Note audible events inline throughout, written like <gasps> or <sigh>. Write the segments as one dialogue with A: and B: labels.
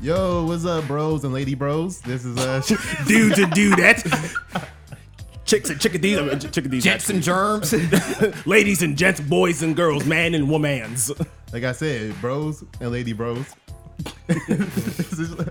A: Yo, what's up, bros and lady bros? This is
B: <laughs>
A: uh,
B: Dudes and dudettes, chicks and chickadees, uh, ch- chickadees,
C: Jets and
D: <laughs>
C: germs.
B: actually. ladies and gents, boys and girls, man and womans.
A: like I said, bros and lady bros. This is- uh,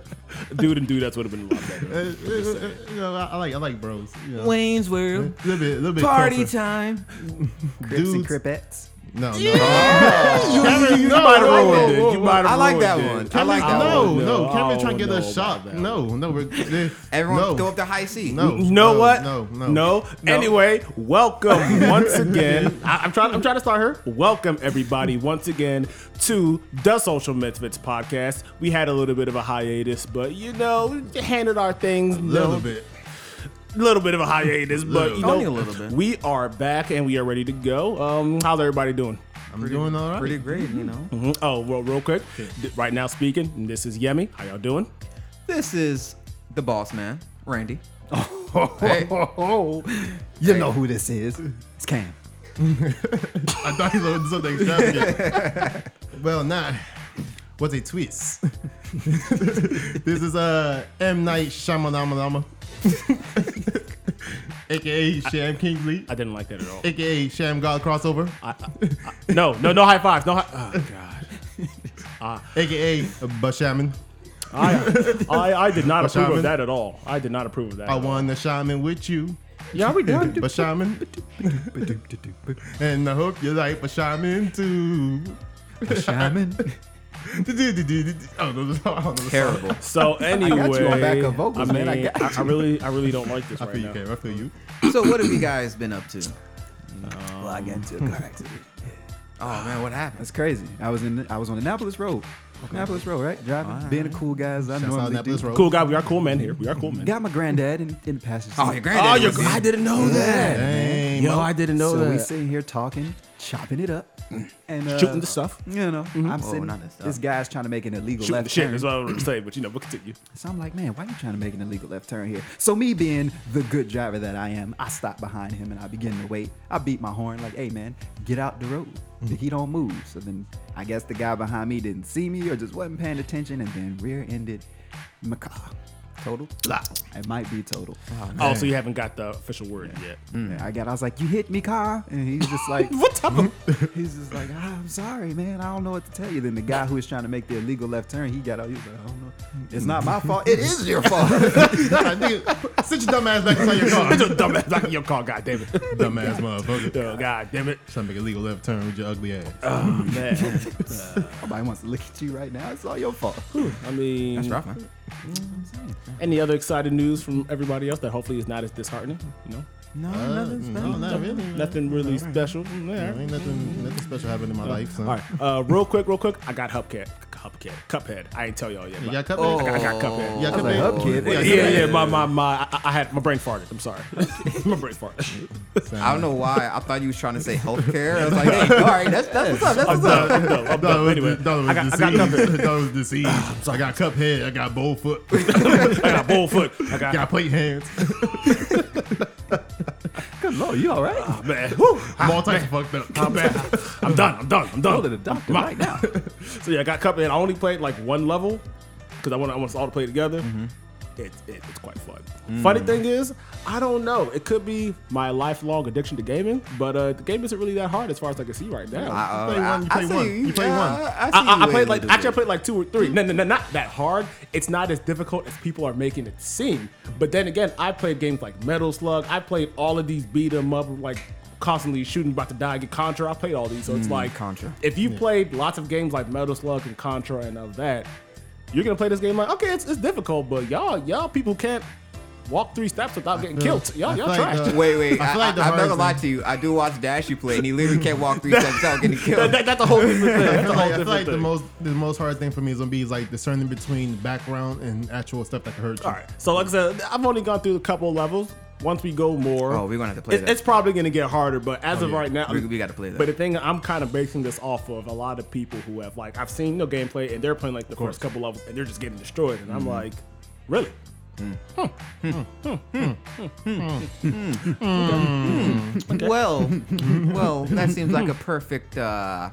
B: Dude and dudettes would have been a lot better.
A: uh, uh, you know, I, I like I like bros. You know,
E: Wayne's World.
A: a little bit, a little bit
E: Party
A: closer.
E: time.
C: Crips and
A: Dudes.
C: Cripettes.
A: No, no, <laughs>
B: You
A: no,
B: might have
A: no,
B: ruined
A: no,
B: it. You
A: no,
B: might have
C: I like
B: ruined
C: that
B: it.
C: one. I
A: Kevin-
C: like that
A: no,
B: one.
A: no,
B: No, I
A: Kevin
B: don't
A: trying to get
B: know
A: us
B: about
A: shot.
B: that
A: No, no,
B: <laughs>
A: we're, this,
C: Everyone
A: no,
C: throw up the high C.
A: No,
B: You know
A: no,
B: what?
A: No, no,
B: no. Anyway, <laughs> welcome once again. I, I'm trying. I'm trying to start her. Welcome everybody once again to the Social Misfits podcast. We had a little bit of a hiatus, but you know, we handed our things.
A: a little bit.
B: little bit of a hiatus, but you know,
E: Only a little bit.
B: We are back and we are ready to go. Um, how's everybody doing?
A: I'm doing all right.
C: Pretty great, you know.
D: Mm-hmm.
B: Mhm. Oh, well, real quick. th- Right now speaking, this is Yemi. How y'all doing?
C: This is the boss man, Randy. <laughs> Hey.
D: You know who this is. It's Cam.
A: I thought he loaded something extravagant. well, nah. What's a twist? <laughs> this is uh, M Night <laughs> Shyamalamalama, aka Sham Kingsley,
B: I didn't like that at
A: <laughs>
B: all.
A: aka Sham God crossover,
B: I, I, I, no, no, no high fives. No high. Oh god.
A: aka Bashaman.
B: I, I, I did not approve
A: Shaman?
B: of that at all. I did not approve of that.
A: I want a shaman with you,
B: Yeah, we done.
A: Bashaman, and I hope you like Bashaman too.
D: Shaman.
A: <laughs> I don't know the song. I don't know the song.
C: Terrible.
B: So anyway,
D: you on backup vocals,
B: I
D: man. I
B: mean,
D: got
B: I, I really, I really don't like this
A: I
B: right
A: feel you,
B: now.
A: Kev. I feel you.
C: so what have you guys been up to?
D: well, I got into a car accident.
C: Oh man, what happened?
D: Hmm. That's crazy. I was in I was on Annapolis Road. Annapolis Road, right? Driving, being the cool guys I
A: That's
D: normally
A: Annapolis
D: do.
A: Road.
B: Cool guy, we are cool men here. We are cool men.
D: Got my granddad in, in the passenger seat.
C: Oh, your granddad. was in.
B: didn't know that.
A: Dang.
B: Yo, I didn't know
D: so we
B: that.
D: sitting here talking, chopping it up, and uh,
B: Shooting the stuff.
D: You know, I'm sitting.
C: not the stuff.
D: This guy's trying to make an illegal
B: Shooting the <laughs>
D: left
B: shit.
D: turn.
B: That's what I was gonna say, but you know, we'll continue.
D: So I'm like, man, why you trying to make an illegal left turn here? So me being the good driver that I am, I stop behind him and I begin to wait. I beat my horn like, hey man, get out the road. He don't move. So then I guess the guy behind me didn't see me or just wasn't paying attention and then rear-ended my car. Total? It might be total.
B: Oh, so you haven't got the official word yet.
D: Yeah, I got I was like, you hit me, car. And he's just like
B: What type of
D: <laughs> he's just like, "Ah, I'm sorry, man. I don't know what to tell you. Then the guy who was trying to make the illegal left turn, he got out. He was like, I don't know. It's not my fault.
C: <laughs>
D: It is your fault.
A: Nah,
B: <laughs>
A: nigga, sit your dumb ass back inside your car.
B: It's a dumbass back in your car, god damn it. <laughs>
A: Dumbass motherfucker.
B: Oh, god damn it.
A: Trying to make a legal left turn with your ugly ass.
B: Uh, Man.
D: Nobody wants to look at you right now. It's all your fault.
B: I mean
C: That's rough, man.
B: any other exciting news from everybody else that hopefully is not as disheartening, you know?
C: No,
A: Uh, no, not really. man.
B: Nothing really special. Mm, yeah.
A: Ain't nothing, nothing special happened in my life. Son.
B: All right. Uh, real quick, real quick. I got Hubcat. Hubcat. Cuphead. I ain't tell y'all yet.
A: You
B: but
A: got cup
B: I,
A: oh.
B: got, I got Cuphead.
A: You got cup
D: like,
A: in?
D: "Up, kid."
A: You got
B: Yeah,
A: cup
B: yeah,
A: in?
B: my my my. I, I had my brain farted. I'm sorry, <laughs> my brain farted.
A: <laughs>
C: I don't know why. I thought you was trying to say healthcare. I was like, hey, all right, that's that's
D: Oh,
C: what's up.
B: <laughs>
C: That's
B: I'm <laughs>
C: what's up.
B: done. I'm done. I'm
A: No,
B: done.
A: it
B: Anyway,
A: was, no, it was
B: I got I got
A: disease. <laughs>
B: Cuphead.
A: no, it was disease.
B: <laughs>
A: I got cup head. I got bowl foot.
B: I got bull foot. I
A: I
B: <laughs> got.
A: got plate hands.
D: Good lord, you all right?
B: oh, man. Ah, Whew.
A: I'm all types of fucked <laughs> up.
B: I'm, bad. I'm done. I'm done. I'm
D: Go to the
B: done.
D: doctor right now.
B: <laughs> So yeah, I got Cuphead. I only played like one level because I want I want us all to play together.
D: Mm-hmm.
B: It, it, it's quite fun.
D: Mm.
B: Funny thing is, I don't know. It could be my lifelong addiction to gaming, but uh, the game isn't really that hard as far as I can see right now. I,
C: Uh,
A: play one, you play
C: see
A: one, you play
C: yeah,
A: one.
C: I, I, see
B: I,
C: you
B: I played
C: able
B: like
C: to do
B: actually I
C: it.
B: played like two or three. No, no, no, not that hard. It's not as difficult as people are making it seem. But then again, I played games like Metal Slug. I played all of these beat 'em up like constantly shooting, about to die, get Contra. I played all these, so
A: Mm,
B: it's like
C: Contra.
B: If you played lots of games like Metal Slug and Contra and of that, you're gonna play this game like okay, it's, it's difficult, but y'all y'all people can't walk three steps without getting
A: feel-
B: killed. Y'all
A: I
B: y'all
A: feel like
B: trash.
A: the-
C: Wait, wait.
A: I
C: I,
A: feel
C: I,
A: like the
C: I'm not gonna
A: hardest
C: lie
A: thing-
C: to you. I do watch Dash you play, and he literally can't walk <laughs> three steps without
B: <laughs>
C: getting
B: That-
C: killed.
B: that- that's a whole different thing.
A: I
B: That's a
A: feel
B: whole
A: like, I feel
B: different
A: like the
B: thing.
A: most the most hard thing for me is gonna be like discerning between background and actual stuff that could hurt you.
B: All right. So like I said, I've only gone through a couple of levels. Once we go more,
C: Oh, we're gonna have to play
B: It's,
C: that. Oh,
B: it's probably gonna get harder, but as of
A: yeah.
B: right now,
C: We- we gotta play that.
B: But the thing I'm kind of basing this off of a lot of people who have like I've seen no gameplay and they're playing like the first couple levels and they're just getting destroyed, and I'm
C: Mm-hmm.
B: like, really? <laughs>
C: Well, well, <laughs> that seems like a perfect uh,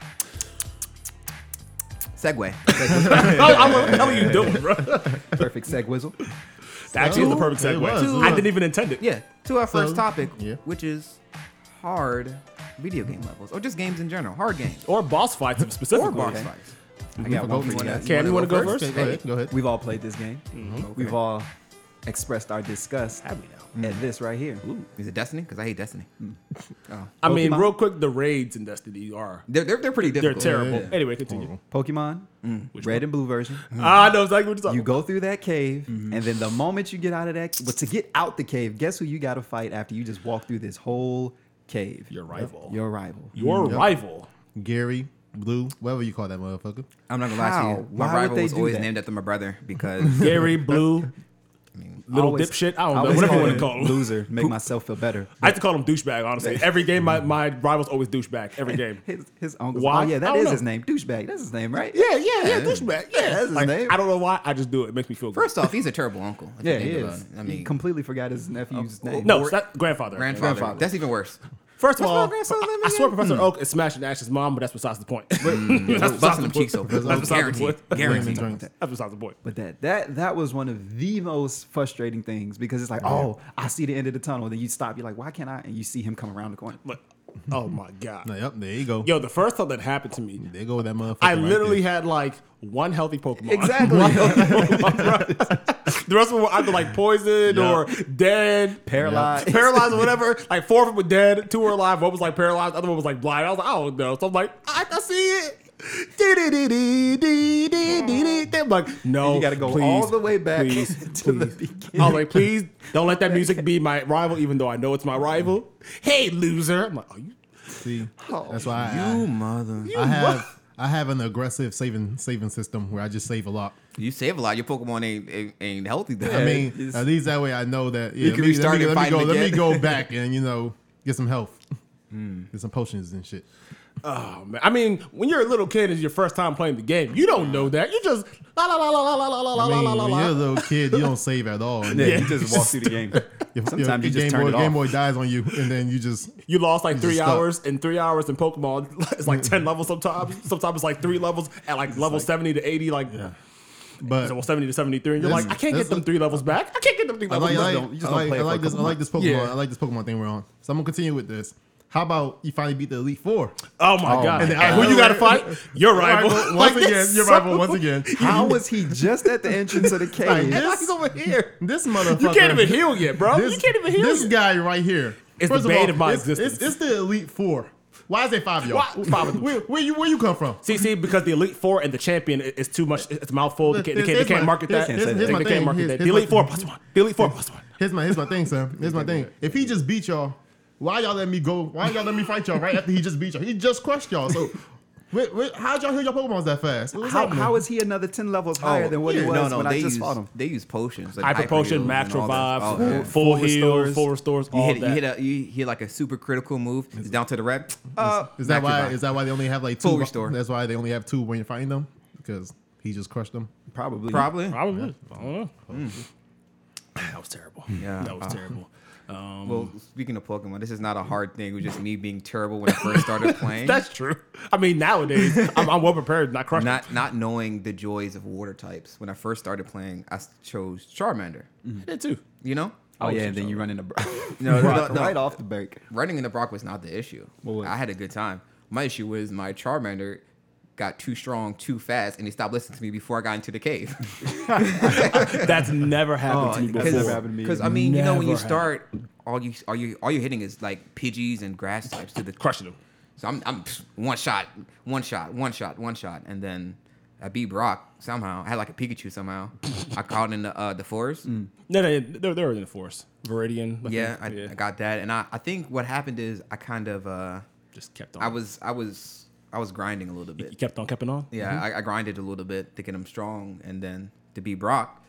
C: segue.
B: I'm like, what the hell are you doing, bro?
D: Perfect segwizzle.
B: Actually, it's the perfect
A: it
B: segue.
A: was, it
B: I
A: was.
B: didn't even intend it.
C: yeah, to our first
A: So,
C: topic,
A: yeah.
C: which is hard video game levels or just games in general, hard games
B: Or boss fights specifically.
C: or box
D: Okay.
C: fights.
D: I got one for you
C: wanna-
D: guys.
B: Cam, you
C: wanna
B: want to go first?
A: Okay, go ahead. Go ahead.
D: We've all played this game. We've
C: Okay.
D: all expressed our disgust
B: Have we now?
D: at this right here.
C: Is it Destiny? Because I hate Destiny.
B: I mean,
D: Pokemon.
B: real quick, the raids in Destiny are
C: They're, they're, they're pretty
B: they're
C: difficult.
B: terrible.
A: yeah.
B: Anyway, continue.
A: Horrible.
D: Pokemon, red and blue version.
C: Oh.
B: Ah, I know exactly what you're talking
D: You go through that cave, and then the moment you get out of that, but to get out the cave, guess who you got to fight after you just walk through this whole cave?
B: Your rival.
D: Your rival.
B: Your
A: Yep.
B: rival.
A: Gary, Blue, whatever you call that motherfucker.
C: I'm not gonna lie
D: How?
C: to you. My
D: Why would
C: rival
D: they
C: was
D: do
C: always
D: that?
C: named after my brother because
B: Gary Blue. Little
D: Always-
B: dipshit. I don't know.
D: always
B: Whatever you want to
D: him
B: call him.
D: Loser. Make myself feel better.
B: I have to call him douchebag, honestly. Every game, my, my rival's always douchebag. Every game.
D: His, his uncle.
B: Why?
D: Oh, yeah,
B: I
D: that
B: don't
D: is
B: know.
D: his name. Douchebag. That's his name, right?
B: Yeah, yeah, yeah, douchebag. Yeah,
D: that's his
B: Like,
D: name.
B: I don't know why. I just do it. It makes me feel good.
C: <laughs> first off, he's a terrible uncle. if you
D: Yeah, he
C: think about
D: is.
C: it. I
D: he
C: mean,
D: completely forgot his nephew's name.
B: no, it's not grandfather.
C: grandfather.
D: Grandfather.
C: That's even
D: <laughs>
C: worse.
B: First of
C: What's
B: all,
C: my grandson
B: I,
C: name
B: I swear
C: again?
B: Professor Oak is smashing Ash's mom, but <laughs> that's besides the point. that's besides the
C: busting them
B: point.
C: cheeks open.
B: That's besides the
C: Guaranteed.
B: point.
C: Guaranteed.
B: That's besides the point.
D: But that that that was one of the most frustrating things because it's like, oh, I see the end of the tunnel. Then you stop, you're like, why can't I? And you see him come around the corner.
B: But, oh my god.
A: Now, yep, there you go.
B: Yo, the first time that happened to me,
A: There go that motherfucker.
B: I
A: right
B: literally
A: there.
B: had like one healthy Pokemon. <laughs>
D: Exactly.
B: One healthy Pokemon, bro. the rest of them were either like poisoned
A: Yeah.
B: or dead,
D: Paralyzed.
B: paralyzed or whatever. Like four of them were dead, two were alive, one was like paralyzed, the other one was like blind. I was like, I don't know. So I'm like, I, I see it. Dee-dee-dee-dee-dee-dee-dee-dee. I'm like, no,
D: You gotta go
B: please,
D: all the way back
B: please,
D: to the
B: please.
D: beginning.
B: I was like, please don't let that music be my rival, even though I know it's my rival. Hey, loser! I'm like, oh, you
A: see.
B: Oh,
D: Oh,
A: That's why I,
C: You mother.
A: I have I have an aggressive saving saving system where I just save a lot.
C: You save a lot. Your Pokemon ain't ain't, ain't healthy. Though.
A: I mean,
D: it's-
A: at least that way I know that. Yeah,
C: can
A: let me, let
C: restart
A: me,
C: and
A: let me
C: fight
A: go.
C: him
A: Let me
B: <laughs>
C: again.
A: go back and you know get some health,
B: Hmm.
A: get some potions and shit.
B: Oh man! I mean, when you're a little kid, it's your first time playing the game. You don't know that. You just la la la la la la
A: I
B: la la la
A: mean,
B: la la
A: when you're a
B: la.
A: little kid, you don't save at
B: <laughs>
A: all.
D: <laughs> Yeah,
A: Your-
D: you just walk through the game.
A: your-
D: Sometimes you
A: your
D: just
A: Game
D: turn
A: Boy,
D: it
A: Game
D: off.
A: Boy dies on you, and then you just
B: You lost like three
A: stuck.
B: hours, and three hours in Pokemon, <laughs> it's like ten levels sometimes. Sometimes it's like three levels at like level seventy to eighty, like
A: but.
B: so, well, seventy to seventy-three. And you're
A: That's-
B: like, I can't
A: that's
B: get them
A: the-
B: three levels back. I can't get them three
A: I
B: levels
A: like, I
B: back.
A: like,
D: don't- you just
A: I
D: don't
A: like,
D: play
A: I
D: it for
A: like
D: a
A: this. I
D: couple
A: like this Pokemon.
B: Yeah.
A: I like this Pokemon thing we're on. So I'm gonna continue with this. How about you finally beat the Elite Four?
B: Oh my god!
A: And then
B: And
A: I-
B: who you got to fight? Your rival.
A: once
B: <laughs> Like,
A: again,
B: this
A: your <laughs>
B: so-
A: rival once again.
D: How was he just at the entrance of the cave?
A: Like,
B: He's over here.
A: This motherfucker.
B: You can't even heal yet, bro.
A: This,
B: you can't even heal.
A: This
B: yet.
A: guy right here.
B: It's the bane of my
A: it's,
B: existence.
A: It's, it's the elite four. Why is there five of y'all?
B: Why- five of
A: <laughs>
B: them.
A: Where, where you where you come from?
B: See, see, because the Elite Four and the Champion i- is too much. It's a mouthful. They can't, they can't, they
A: Here's
B: can't
A: my-
B: market that.
A: here's-
D: here's-
B: They
D: here's
A: my
B: can't
A: thing.
B: market
A: Here's-
B: that. The
A: here's my
B: Elite Four
A: thing.
B: plus one. The Elite Four plus one.
A: Here's my here's my thing, Sam. Here's my thing. If he just beat y'all, why y'all let me go? Why y'all let me fight y'all right after he just beat y'all? He just crushed y'all. So, wait, wait, how'd y'all heal your Pokemons that fast? What's
D: How,
A: happening?
D: how is he another 10 levels higher than what he
A: yeah.
D: was
C: Oh, no, no,
D: when
C: they
D: I just
C: use
D: fought him?
C: they use potions like
B: Hyper
C: hyper
B: Potion,
C: heals and
B: Macro
C: all that.
B: Vibe,
C: Oh, yeah.
B: full,
D: Full
B: heal,
D: restores.
B: full restores.
C: You
B: all
C: hit, you
B: that.
C: hit a you hit like a super critical move. It's down to the red. Uh,
A: Is that
C: Macro
A: why?
C: Vibe.
A: Is that why they only have like two?
C: Full restore.
A: That's why they only have two when you're fighting them because he just crushed them.
D: Probably.
C: probably?
B: Probably. I don't know. Mm. That was terrible.
C: Yeah. Uh-huh.
B: That was terrible.
C: <laughs>
B: Um,
C: Well, speaking of Pokemon, this is not a hard thing. It was just me being terrible when I first
A: <laughs>
C: started playing.
B: that's true. I mean, nowadays I'm, I'm well prepared, not crushed.
C: not not knowing the joys of water types. When I first started playing, I s- chose Charmander.
B: I did too.
C: You know, uh,
D: Oh, yeah, and then you run into Brock.
C: <laughs> No, no,
D: Brock
C: no, no.
D: right off the break.
C: running into Brock was not the issue.
D: was it?
C: I had a good time. My issue was my Charmander got too strong too fast, and he stopped listening to me before I got into the cave.
B: That's never happened to me
C: <laughs>
D: that's never
B: before.
D: happened. to me
C: Because I
D: either.
C: mean, you know, when you
B: Never
C: start, all you all you all you're hitting is like Pidgeys and grass types to the
B: Crushing them.
C: So I'm, I'm psh, one shot, one shot, one shot, one shot, and then I beat Brock somehow. I had like a Pikachu
D: <laughs>
C: somehow. I caught in the uh, the forest.
D: Mm.
B: No, no, they're they're in the forest. Viridian. I
C: Yeah,
B: think.
C: I, I got that, and I, I think what happened is I kind of uh,
B: just kept on.
C: I was I was I was grinding a little
B: You
C: bit.
B: kept on keeping on.
C: Yeah, I, I grinded a little bit to get him strong, and then to beat Brock.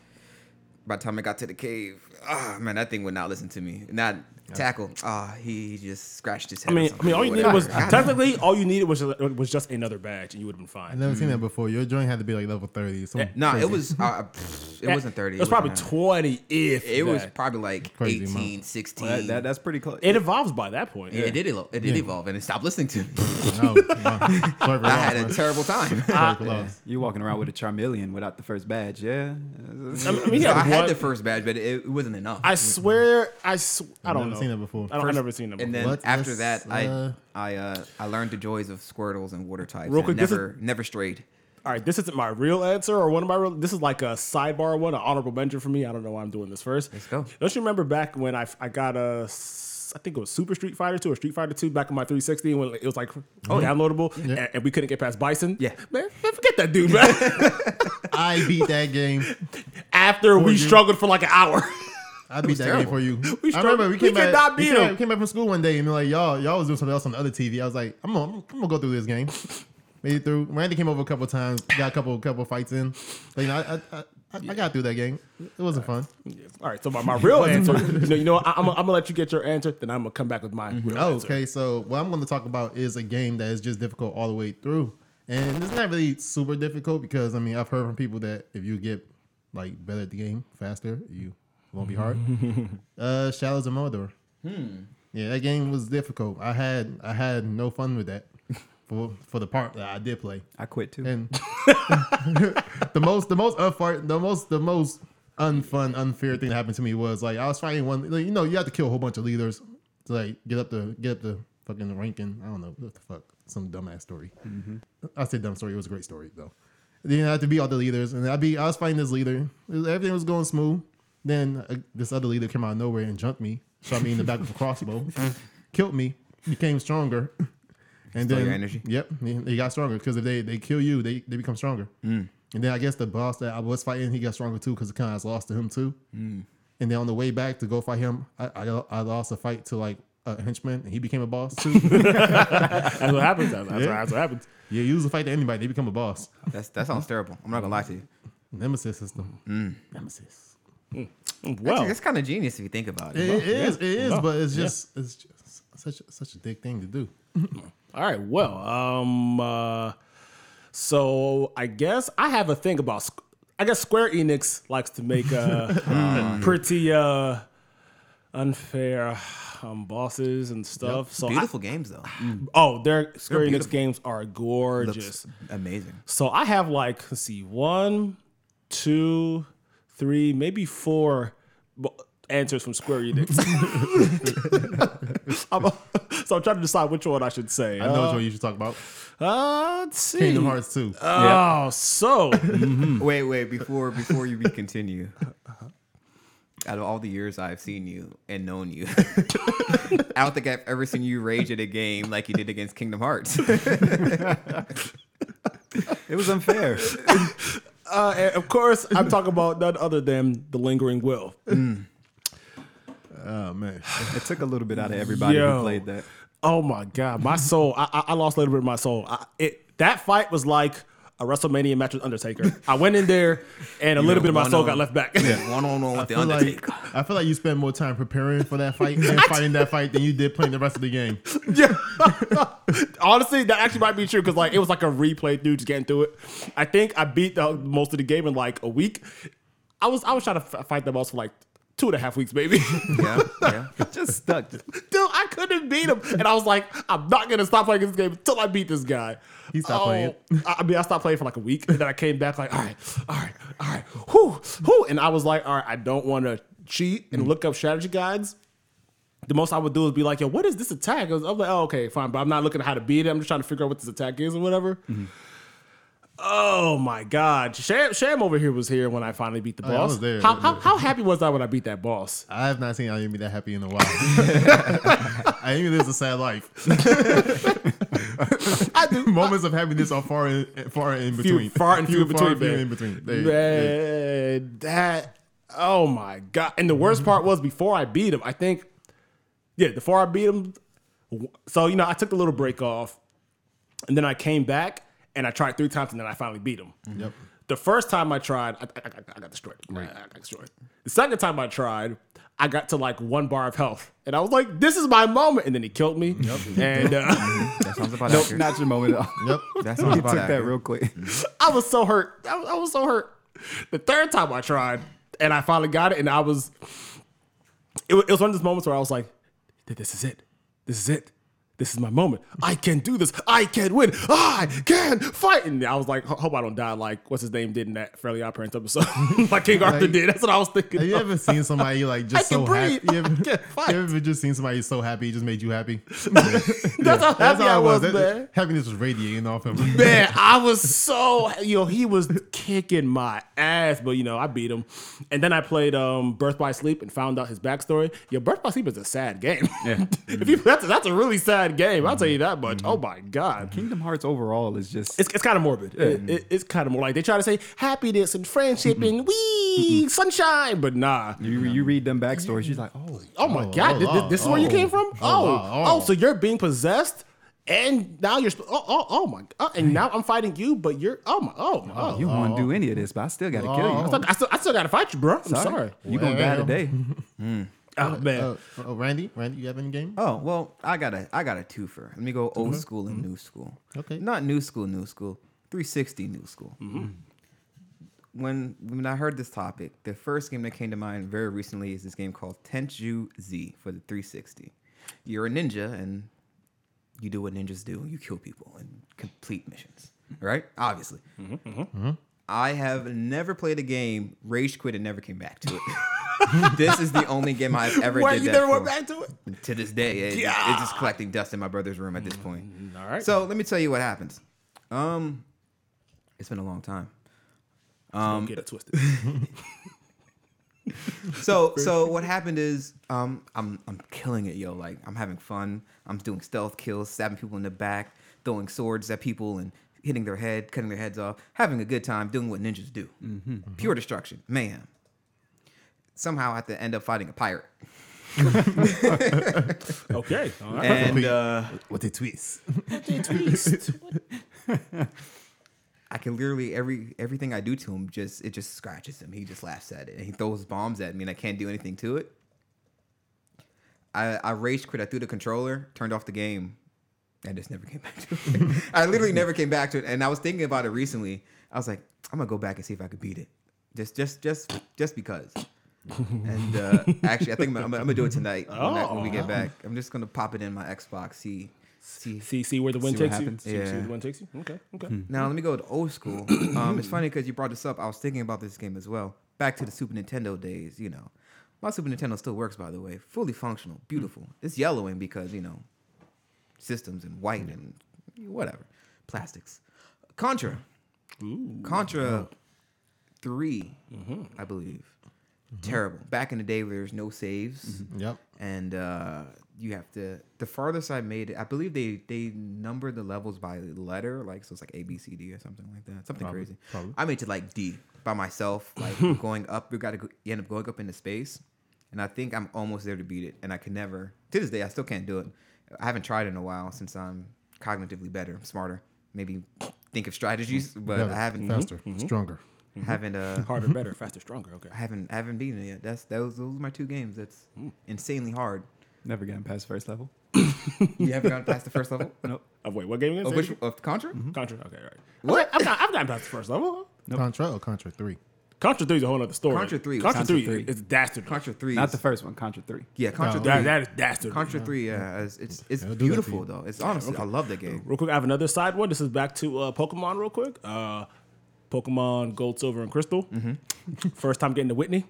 C: By the time I got to the cave, ah man, that thing would not listen to me. Not tackle. Ah, he, he just scratched his
B: I
C: head. or
B: mean, I
C: something
B: mean, all
C: or
B: you needed
C: whatever.
B: was
C: God,
B: technically all you needed was was just another badge, and you would have been
A: I've
B: fine.
A: never seen that before. Your joint had to be like level thirty.
B: Yeah,
C: Mm. Eh, No,
A: crazy.
C: it was. Uh, pfft, was- it wasn't 30,
B: Eh, It was
C: it was
B: probably
C: not.
B: twenty. If
C: It was
B: that.
C: probably like
A: Crazy amount.
C: 18, 16.
D: Well, that, that, that's pretty close.
B: It evolves by that point.
C: yeah, it did evolve. It did evolve, and it stopped listening to me.
A: <laughs>
B: <laughs>
A: No,
C: <laughs>
A: wow. Sorry for
C: I had a
A: loss,
C: terrible time.
A: man.
B: Uh,
A: Sorry for loss.
D: You're walking around with a Charmeleon without the first badge, yeah.
B: I mean, he
C: <laughs> So I
B: had
C: had
B: one-
C: the first badge, but it, it wasn't enough.
B: I swear, I sw- I don't
A: never
B: know.
A: seen that before.
B: I don't. I've
A: First-
B: never seen that.
C: and
B: before.
C: then
A: Let's-
C: after
A: let's,
C: that, I
A: uh,
C: I uh, I learned the joys of Squirtles and water types.
B: Real
C: and
B: quick, this is-
C: never never strayed.
B: All right, this isn't my real answer or one of my real. This is like a sidebar one, an honorable mention for me. I don't know why I'm doing this first.
C: Let's go.
B: Don't you remember back when I, I got a, s- I think it was Super Street Fighter 2 or Street Fighter 2 back in my 360 when it was like oh, downloadable and, and we couldn't get past Bison?
C: Oh, Yeah.
B: Man, man forget that dude,
C: <laughs>
B: man.
A: I beat that game.
B: After we
A: you.
B: struggled for like an hour. <laughs>
A: I beat that game
C: terrible.
A: for you.
B: We
A: I remember
B: struggled.
A: we
B: We
A: came back.
B: could not beat
A: we came,
B: him.
A: came back from school one day and be like, y'all, y'all was doing something else on the other TV. I was like, I'm gonna, I'm gonna go through this game. <laughs> Made it through. Randy came over a couple times, got a couple, couple fights in. But, you know, I, I, I, I got through that game. It wasn't fun.
B: All right, so my, my
C: <laughs>
B: real answer, you know, you know I, am going to let you get your answer, then I'm going to come back with my
C: Mm-hmm.
B: real
A: Oh,
B: answer.
A: okay, so what I'm going to talk about is a game that is just difficult all the way through, and it's not really super difficult because I mean I've heard from people that if you get like better at the game faster, you it won't be hard. uh, Shadows of Mordor. Yeah, that game was difficult. I had I had no fun with that <laughs> for for the part that I did play.
D: I quit too.
A: And <laughs> the most, the most unfart, the most, the most unfun, unfair thing that happened to me was like I was fighting one. Like, you know, you have to kill a whole bunch of leaders to like get up the get up the fucking ranking. I don't know what the fuck, some dumbass story. I said dumb story. It was a great story though. Then I had to beat all the leaders, and I be I was fighting this leader. It was- everything was going smooth. Then uh, this other leader came out of nowhere and jumped me, shot me in the back with a crossbow, <laughs> killed me, became stronger. <laughs> And
C: Stole
A: then
C: your energy?
A: Yep, they- they got stronger because if they, they kill you, they, they become stronger.
C: Mm.
A: And then I guess the boss that I was fighting, he got stronger too because kind of lost to him too.
C: Mm.
A: And then on the way back to go fight him, I I, I lost a fight to like a henchman, and he became a boss too.
C: <laughs>
B: That's what happens. That's, that's, what, that's what happens.
A: yeah, you lose a fight to anybody, they become a boss.
C: That's that sounds terrible. I'm not gonna lie to you.
A: Nemesis system.
B: Mm.
A: Nemesis.
B: Well,
C: Actually, that's kind of genius if you think about
A: It,
C: it.
A: it is, it is,
B: Well,
A: but it's
B: yeah.
A: just it's just such a, such a dick thing to do.
B: All right. Well, um, uh, so I guess I have a thing about. Squ- I guess Square Enix likes to make
C: <laughs>
B: uh, pretty uh, unfair um, bosses and stuff. So, I,
C: Beautiful games though.
B: oh, their Square
C: They're
B: Enix
C: beautiful.
B: games are gorgeous.
C: Looks amazing.
B: So I have like, let's see, one, two, three, maybe four bo- answers from Square
C: <laughs>
B: Enix. <laughs> I'm a- so I'm trying to decide which one I should say.
A: I know what you should talk about.
B: Uh, let's see.
A: Kingdom Hearts too.
B: Oh, so
C: Wait, wait, before before you be- continue. <laughs> Out of all the years I've seen you and known you, <laughs> I don't think I've ever seen you rage at a game like you did against Kingdom Hearts.
D: It was unfair.
B: <laughs> uh, and of course, I'm talking about none other than the lingering will.
A: Oh man,
D: it took a little bit out of everybody
B: Yo.
D: who played that.
B: Oh my god, my soul! I, I, I lost a little bit of my soul. I, it that fight was like a WrestleMania match with Undertaker. I went in there, and a little bit of my soul got left back.
C: One on one with the
A: I feel
C: Undertaker.
A: like I feel like you spend more time preparing for that fight
B: <laughs>
A: and fighting that fight than you did playing the rest of the game.
B: Yeah. <laughs> Honestly, that actually might be true because like it was like a replay through just getting through it. I think I beat the, most of the game in like a week. I was I was trying to f- fight the boss for like two and a half weeks, baby. <laughs>
C: yeah, yeah.
D: Just stuck.
B: Dude, I couldn't beat him, and I was like, I'm not gonna stop playing this game until I beat this guy. Oh,
A: He stopped playing.
B: I, I mean, I stopped playing for like a week, and then I came back like, all right, all right, all right, whoo, whoo, and I was like, all right, I don't want to cheat and look up strategy guides. The most I would do is be like, yo, what is this attack? I was- I'm like, oh, okay, fine, but I'm not looking at how to beat it. I'm just trying to figure out what this attack is or whatever. Oh my God, Sham, Sham over here was here when I finally beat the
A: Oh, yeah, I
B: boss.
A: was there.
B: How, how, how happy was I when I beat that boss?
A: I have not seen Ayumi that happy in a
B: <laughs>
A: while. Ayumi lives a sad life.
B: I do.
A: Moments of happiness are far in, far in
B: few
A: between.
B: far and
A: far
B: few, between.
A: and few
B: man.
A: in between. There you go.
B: Man, that oh my god! And the worst part was before I beat him. I think, yeah, before I beat him. w- So you know, I took the little break off, and then I came back and I tried three times, and then I finally beat him.
A: Yep.
B: The first time I tried, I, I, I- I got destroyed. I, I got destroyed. The second time I tried, I got to like one bar of health, and I was like, "This is my moment." And then he killed me, and uh, <laughs>
C: That
D: <laughs>
C: sounds about
D: Nope,
C: accurate.
D: not your moment at all.
A: Yep.
C: that
D: You
C: sounds
D: took
C: about
D: that
C: accurate.
D: real quick.
B: I was so hurt. I was, I was so hurt. The third time I tried, and I finally got it, and I was. It was, it was one of those moments where I was like, "Th- "This is it. This is it. This is my moment. I can do this. I can win. I can fight." And I was like, "Ho- "Hope I don't die." Like what's his name did in that Fairly Odd Parents episode, <laughs> like King Arthur
A: Like-
B: did. That's what I was thinking.
A: Have you
B: of.
A: ever seen somebody like
B: I
A: just
B: can
A: so happy?
B: breathe.
A: You ever,
B: I can
A: <laughs>
B: fight. <laughs>
A: you ever just seen somebody so happy it just made you happy?
B: That's how happy I was,
A: That-
B: man.
A: Happiness was radiating off
B: <laughs>
A: him.
B: Man, I was so yo, he was kicking my ass, but you know, I beat him. And then I played um Birth by Sleep and found out his backstory. Yo, Birth by Sleep is a sad game.
D: Yeah.
B: <laughs> if you that's that's a really sad game, I'll tell you that much. Oh my god.
D: Kingdom Hearts overall is just
B: It's, it's kind of morbid. It, it- it's kind of more like they try to say happiness and friendship and wee sunshine, but nah.
D: you, you read them backstories, you're like, oh,
B: Oh my
A: Oh,
B: god,
A: oh,
B: th- th- this is where you
A: oh,
B: came from?
A: oh,
B: Oh, oh,
A: wow, oh.
B: so you're being possessed? And now you're, sp- oh, oh, oh my, oh, and now I'm fighting you, but you're, oh my, oh, my, oh,
D: you won't do any of this, but I still gotta kill
A: Oh.
B: I
D: you.
B: still, I still, I still gotta fight you, bro. I'm sorry.
D: You gonna die
A: Well.
D: today.
B: Oh man,
A: Uh, oh, Randy, Randy, you have any game?
C: Oh well, I got a I got a twofer. Let me go old
B: Mm-hmm.
C: school and new school.
A: Okay.
C: Not new school, new school. 360 new school.
B: Mm-hmm.
C: When when I heard this topic, the first game that came to mind very recently is this game called Tenchu Z for the 360. You're a ninja and you do what ninjas do. You kill people and complete missions, right? Obviously.
B: Mm-hmm,
C: I have never played a game, rage quit, and never came back to it. <laughs> this is the only game I've ever
B: why
C: did
B: you
C: that
B: never went
C: for
B: back to it?
C: to this day. It,
B: Yeah. Mm-hmm.
C: It's just collecting dust in my brother's room at this point.
B: all right.
C: So let me tell you what happens. Um, it's been a long time.
B: Don't get it twisted. <laughs>
C: So so what happened is um I'm I'm killing it, yo. Like I'm having fun. I'm doing stealth kills, stabbing people in the back, throwing swords at people and hitting their head, cutting their heads off, having a good time, doing what ninjas do.
B: Mm-hmm.
C: Pure destruction, mayhem. Somehow I have to end up fighting a
B: <laughs>
C: pirate.
B: Okay, all right.
C: And uh,
A: With the twist.
C: I can literally every everything I do to him just it just scratches him. He just laughs at it and he throws bombs at me and I can't do anything to it. I I rage quit. I threw the controller, turned off the game, and just never came <laughs> back to it. I literally never came back to it. And I was thinking about it recently. I was like, I'm gonna go back and see if I could beat it, just just just just because. and uh, actually, I think I'm, I'm, I'm gonna do it tonight when, I- when we get back. I'm just gonna pop it in my Xbox. See see
B: see, see where the wind
D: See what
B: takes you.
D: happens.
B: See, see where
C: Yeah.
B: the wind takes you. Okay, okay.
C: Now let me go to old school. Um, it's funny because you brought this up. I was thinking about this game as well. Back to the Super Nintendo days, you know. My Super Nintendo still works, by the way. Fully functional, beautiful. It's yellowing because you know systems and white and whatever plastics. Contra, Contra three, I believe. Terrible. Back in the day where there's no saves
A: <laughs> Yep.
C: and uh, you have to the farthest I made it. I believe they they number the levels by letter, like so it's like A B C D or something like that, something
A: Probably,
C: crazy.
A: probably.
C: I made it to like D
A: <laughs>
C: by myself, like going up. We got to go, you end up going up into space, and I think I'm almost there to beat it, and I can never to this day I still can't do it. I haven't tried in a while since I'm cognitively better, I'm smarter, maybe think of strategies, but
A: Better,
C: I
B: mm-hmm,
A: Mm,
C: haven't
A: faster, stronger.
C: haven't
A: <laughs>
C: uh
B: Harder, better, faster, stronger. Okay.
C: I haven't I haven't beaten it yet. That's those those are my two games. That's
A: Mm.
C: insanely hard.
D: Never gotten past first level.
C: You haven't gotten past the first level.
D: Nope.
B: Oh, wait, what game again?
C: Of
B: Say
C: which
B: it again.
C: of Contra?
B: Contra. Okay, all right. What? I've got, I've gotten past the first level.
A: Contra or Contra three?
B: Contra three is a whole other story.
C: Contra 3 was-
B: Contra,
D: Contra
B: three,
D: 3.
B: is dastard.
C: Contra Three.
D: Not
C: is-
D: the first one, Contra Three.
C: yeah, Contra
A: No.
C: Three.
B: That, that is dastard.
C: Contra Three. Yeah, it's it's, it's
A: It'll do that to
C: beautiful
A: you.
C: though. It's honestly, I love
B: <laughs>
C: that game.
B: Real quick, I have another side one. This is back to uh, Pokemon, real quick. Uh, Pokemon Gold, Silver, and Crystal. <laughs> First time getting to Whitney.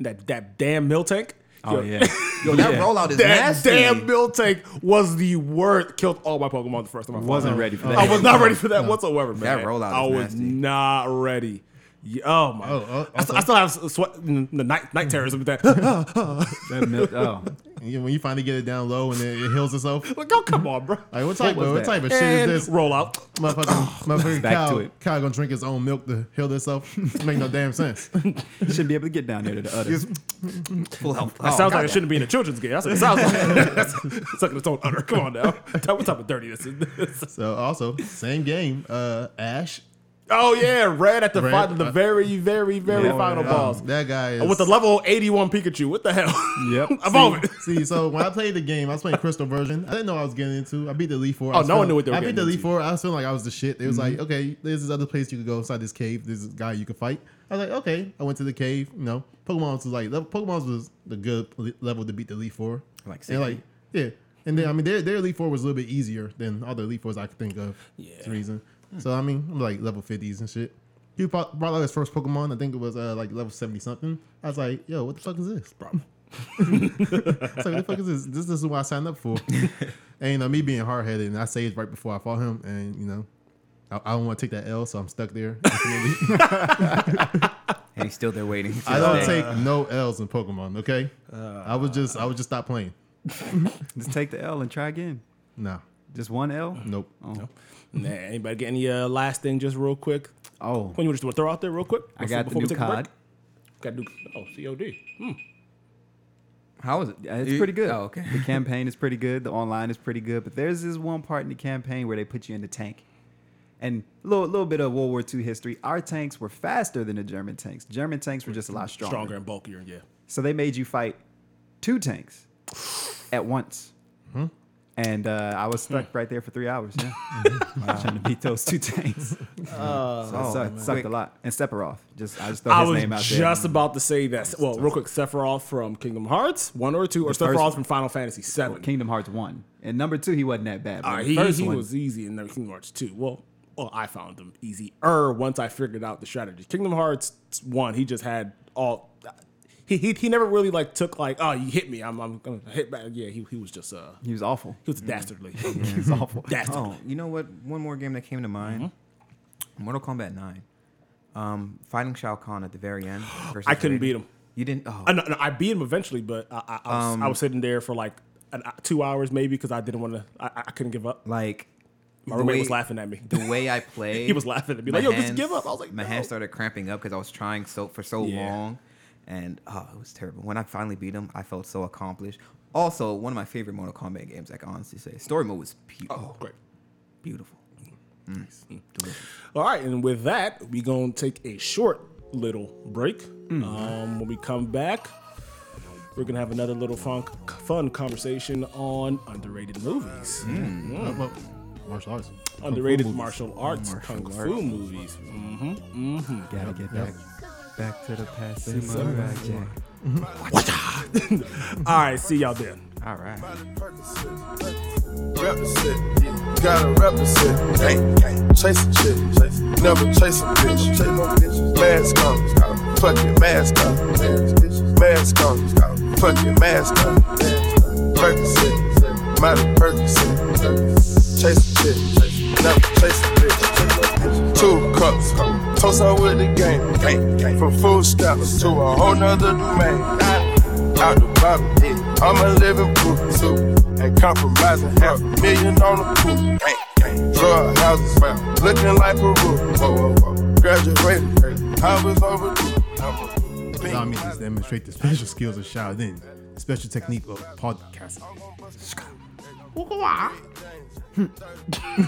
B: That that damn mill tank. Yo,
D: Oh
B: <laughs>
D: yeah.
C: Yo, that
D: Yeah.
C: rollout is
B: That
C: nasty.
B: damn mill tank was the worst. Killed all my Pokemon the first time I fought.
D: Wasn't ready for that.
B: I Oh, was not ready for that whatsoever, man.
C: rollout
B: I
C: is
B: was
C: nasty.
B: not ready. Yeah, oh my!
A: Oh, oh,
B: I, st-
A: also-
B: I still have s- sweat, n- the night night terrorism. With that,
D: That mil- oh.
A: And you- when you finally get it down low and it, it heals
B: <laughs>
A: itself.
B: like, oh come on, bro!
A: Like what type,
D: What was
A: of, what
D: that?
A: type of shit
B: And
A: is this?
B: roll out.
A: Motherfucking,
B: <coughs>
A: motherfucking
D: Back
A: cow,
D: to it.
A: cow gonna drink his own milk to heal
B: <laughs>
A: itself. It make no damn sense.
D: You shouldn't be able to get down there to the other.
C: <laughs> Full health.
B: That
C: Oh,
B: sounds like
C: goddamn.
B: it shouldn't be in a children's game. That's what it sounds <laughs> like. That's sucking its own udder. Come on now. What type of dirtiness is this?
A: So also same game, uh, Ash
B: <laughs> Oh yeah, red at the
A: Red,
B: fi- the
A: uh,
B: very, very, very
D: yeah.
B: final
D: Oh,
B: boss
A: That guy is
B: with the level eighty one Pikachu. What the hell?
D: Yep.
B: <laughs> Evolve
D: <laughs>
B: it.
A: <laughs> See, so when I played the game, I was playing Crystal version. I didn't know what I was getting into. I beat the Elite Four. I
B: Oh,
A: was
B: no one
A: feeling-
B: knew what they were
A: I beat
B: getting
A: the Elite
B: into. Mm-hmm.
A: Four. I was feeling like I was the shit. It was like, okay, there's this other place you could go inside this cave. There's this guy you could fight. I was like, okay. I went to the cave. You know, Pokemon's was like level- Pokemon's was the good le- level to beat the Elite Four.
C: Like
A: And, like yeah, and then I mean their their Elite Four was a little bit easier than all the Elite Fours I could think of.
B: Yeah.
A: It's the reason. So I mean, I'm like level fifties and shit. He brought, brought out his first Pokemon. I think it was uh, like level seventy something. I was like, yo, what the fuck is this?
B: <laughs> Problem.
A: It's like, what the fuck is this? This, this is what I signed up
B: <laughs>
A: for. and, you know, me being hard headed, and I saved right before I fought him. And, you know, I, I don't want to take that L, so I'm stuck there. <laughs> Ultimately.
C: and he's still
B: <laughs>
C: there waiting. to
A: I don't
C: this day.
A: take no L's in Pokemon, okay?
B: Uh,
A: I would just, I would just stop playing.
D: Just take the L and try again.
A: Nah,
D: Just one L.
A: nope.
B: Nah, anybody get any uh, last thing just real quick?
D: Oh,
B: When you just want to throw out there real quick?
D: I got the new COD.
B: Got new oh COD. Hmm.
C: How is it?
D: Yeah, it's
C: You-
D: pretty good.
C: Oh, okay.
D: The campaign is pretty good. The online is pretty good. But there's this one part in the campaign where they put you in the tank. And a little, little bit of World War II history. Our tanks were faster than the German tanks. German tanks were just a lot stronger.
B: Stronger and bulkier, yeah.
D: So they made you fight two tanks at once.
B: Hmm.
D: And uh, I was stuck
C: Hmm.
D: right there for three hours.
B: <laughs>
D: Yeah.
B: Mm-hmm.
D: Trying to beat those two tanks.
C: Oh,
D: so it sucked, sucked a lot. And Sephiroth. Just I just thought
B: I
D: his
B: was
D: name out
B: just
D: there.
B: about to say that. Well, real quick, Sephiroth from Kingdom Hearts one or two, or
D: The first
B: Sephiroth
D: one.
B: from Final Fantasy seven.
D: Kingdom Hearts one. And number two, he wasn't that bad. But
B: All right,
D: the
B: he,
D: first
B: he
D: one,
B: was easy in the Kingdom Hearts 2. Well, well, I found them easy. Er, once I figured out the strategy. Kingdom Hearts 1, he just had all. He, he, he never really like took like oh you hit me I'm I'm gonna hit back yeah he, he was just uh
D: he was awful.
B: he
C: Mm.
B: was
C: <laughs>
B: dastardly
D: He
B: <laughs>
D: was awful.
B: dastardly
C: Oh, you know what? One more game that came to mind:
B: Mm-hmm.
C: Mortal Kombat Nine. Um, fighting Shao Kahn at the
B: <gasps>
C: very end. versus
B: I couldn't
C: Raiden.
B: beat him.
C: You didn't. Oh,
B: I, no, no, I beat him eventually but I I, I, was, I
C: Um,
B: was sitting there for like an, uh, two hours maybe because I didn't want to I, I couldn't give up
C: like
B: my
C: the
B: roommate
C: way-
B: was laughing at me
C: The way I played,
B: He was laughing at me,
C: my
B: like, "Yo, just give up." I was like,
C: my
B: "No."
C: hands started cramping up because I was trying so for so
B: Yeah.
C: long, and oh, it was terrible. When I finally beat him, I felt so accomplished. Also, one of my favorite Mortal Kombat games. I can honestly say, story mode was beautiful.
B: oh great
C: beautiful. Mm. Delicious.
B: All right, and with that, we gonna take a short little break. Um, when we come back, we're gonna have another little fun, fun conversation on underrated movies,
A: Uh, well, martial arts.
B: <laughs> underrated
A: Kung fu movies.
B: martial arts, kung fu movies. Mm-hmm.
D: Gotta get back, back to the past. Samurai Jack.
B: All right, see y'all then. <laughs>
C: All right.
E: Represent, gotta represent. Hey, chasing shit, chasing. never chasing bitch. Chase no bitches. Mask on, gotta fuck your mask on. Mask on, gotta fuck your mask on. Percocet, mighty Percocet. Chasing shit, chasing. never chasing bitch. Two cups, toast out with the game. From food stamps to a whole nother domain out the bottom. I'm a living proof, too. Ain't compromising, half a million on the pool. Drug houses, looking like Peru. Whoa, whoa, whoa. Graduated, I was overdue. I'm a-
A: Allow me to demonstrate the special skills of Shaolin, special technique of podcasting.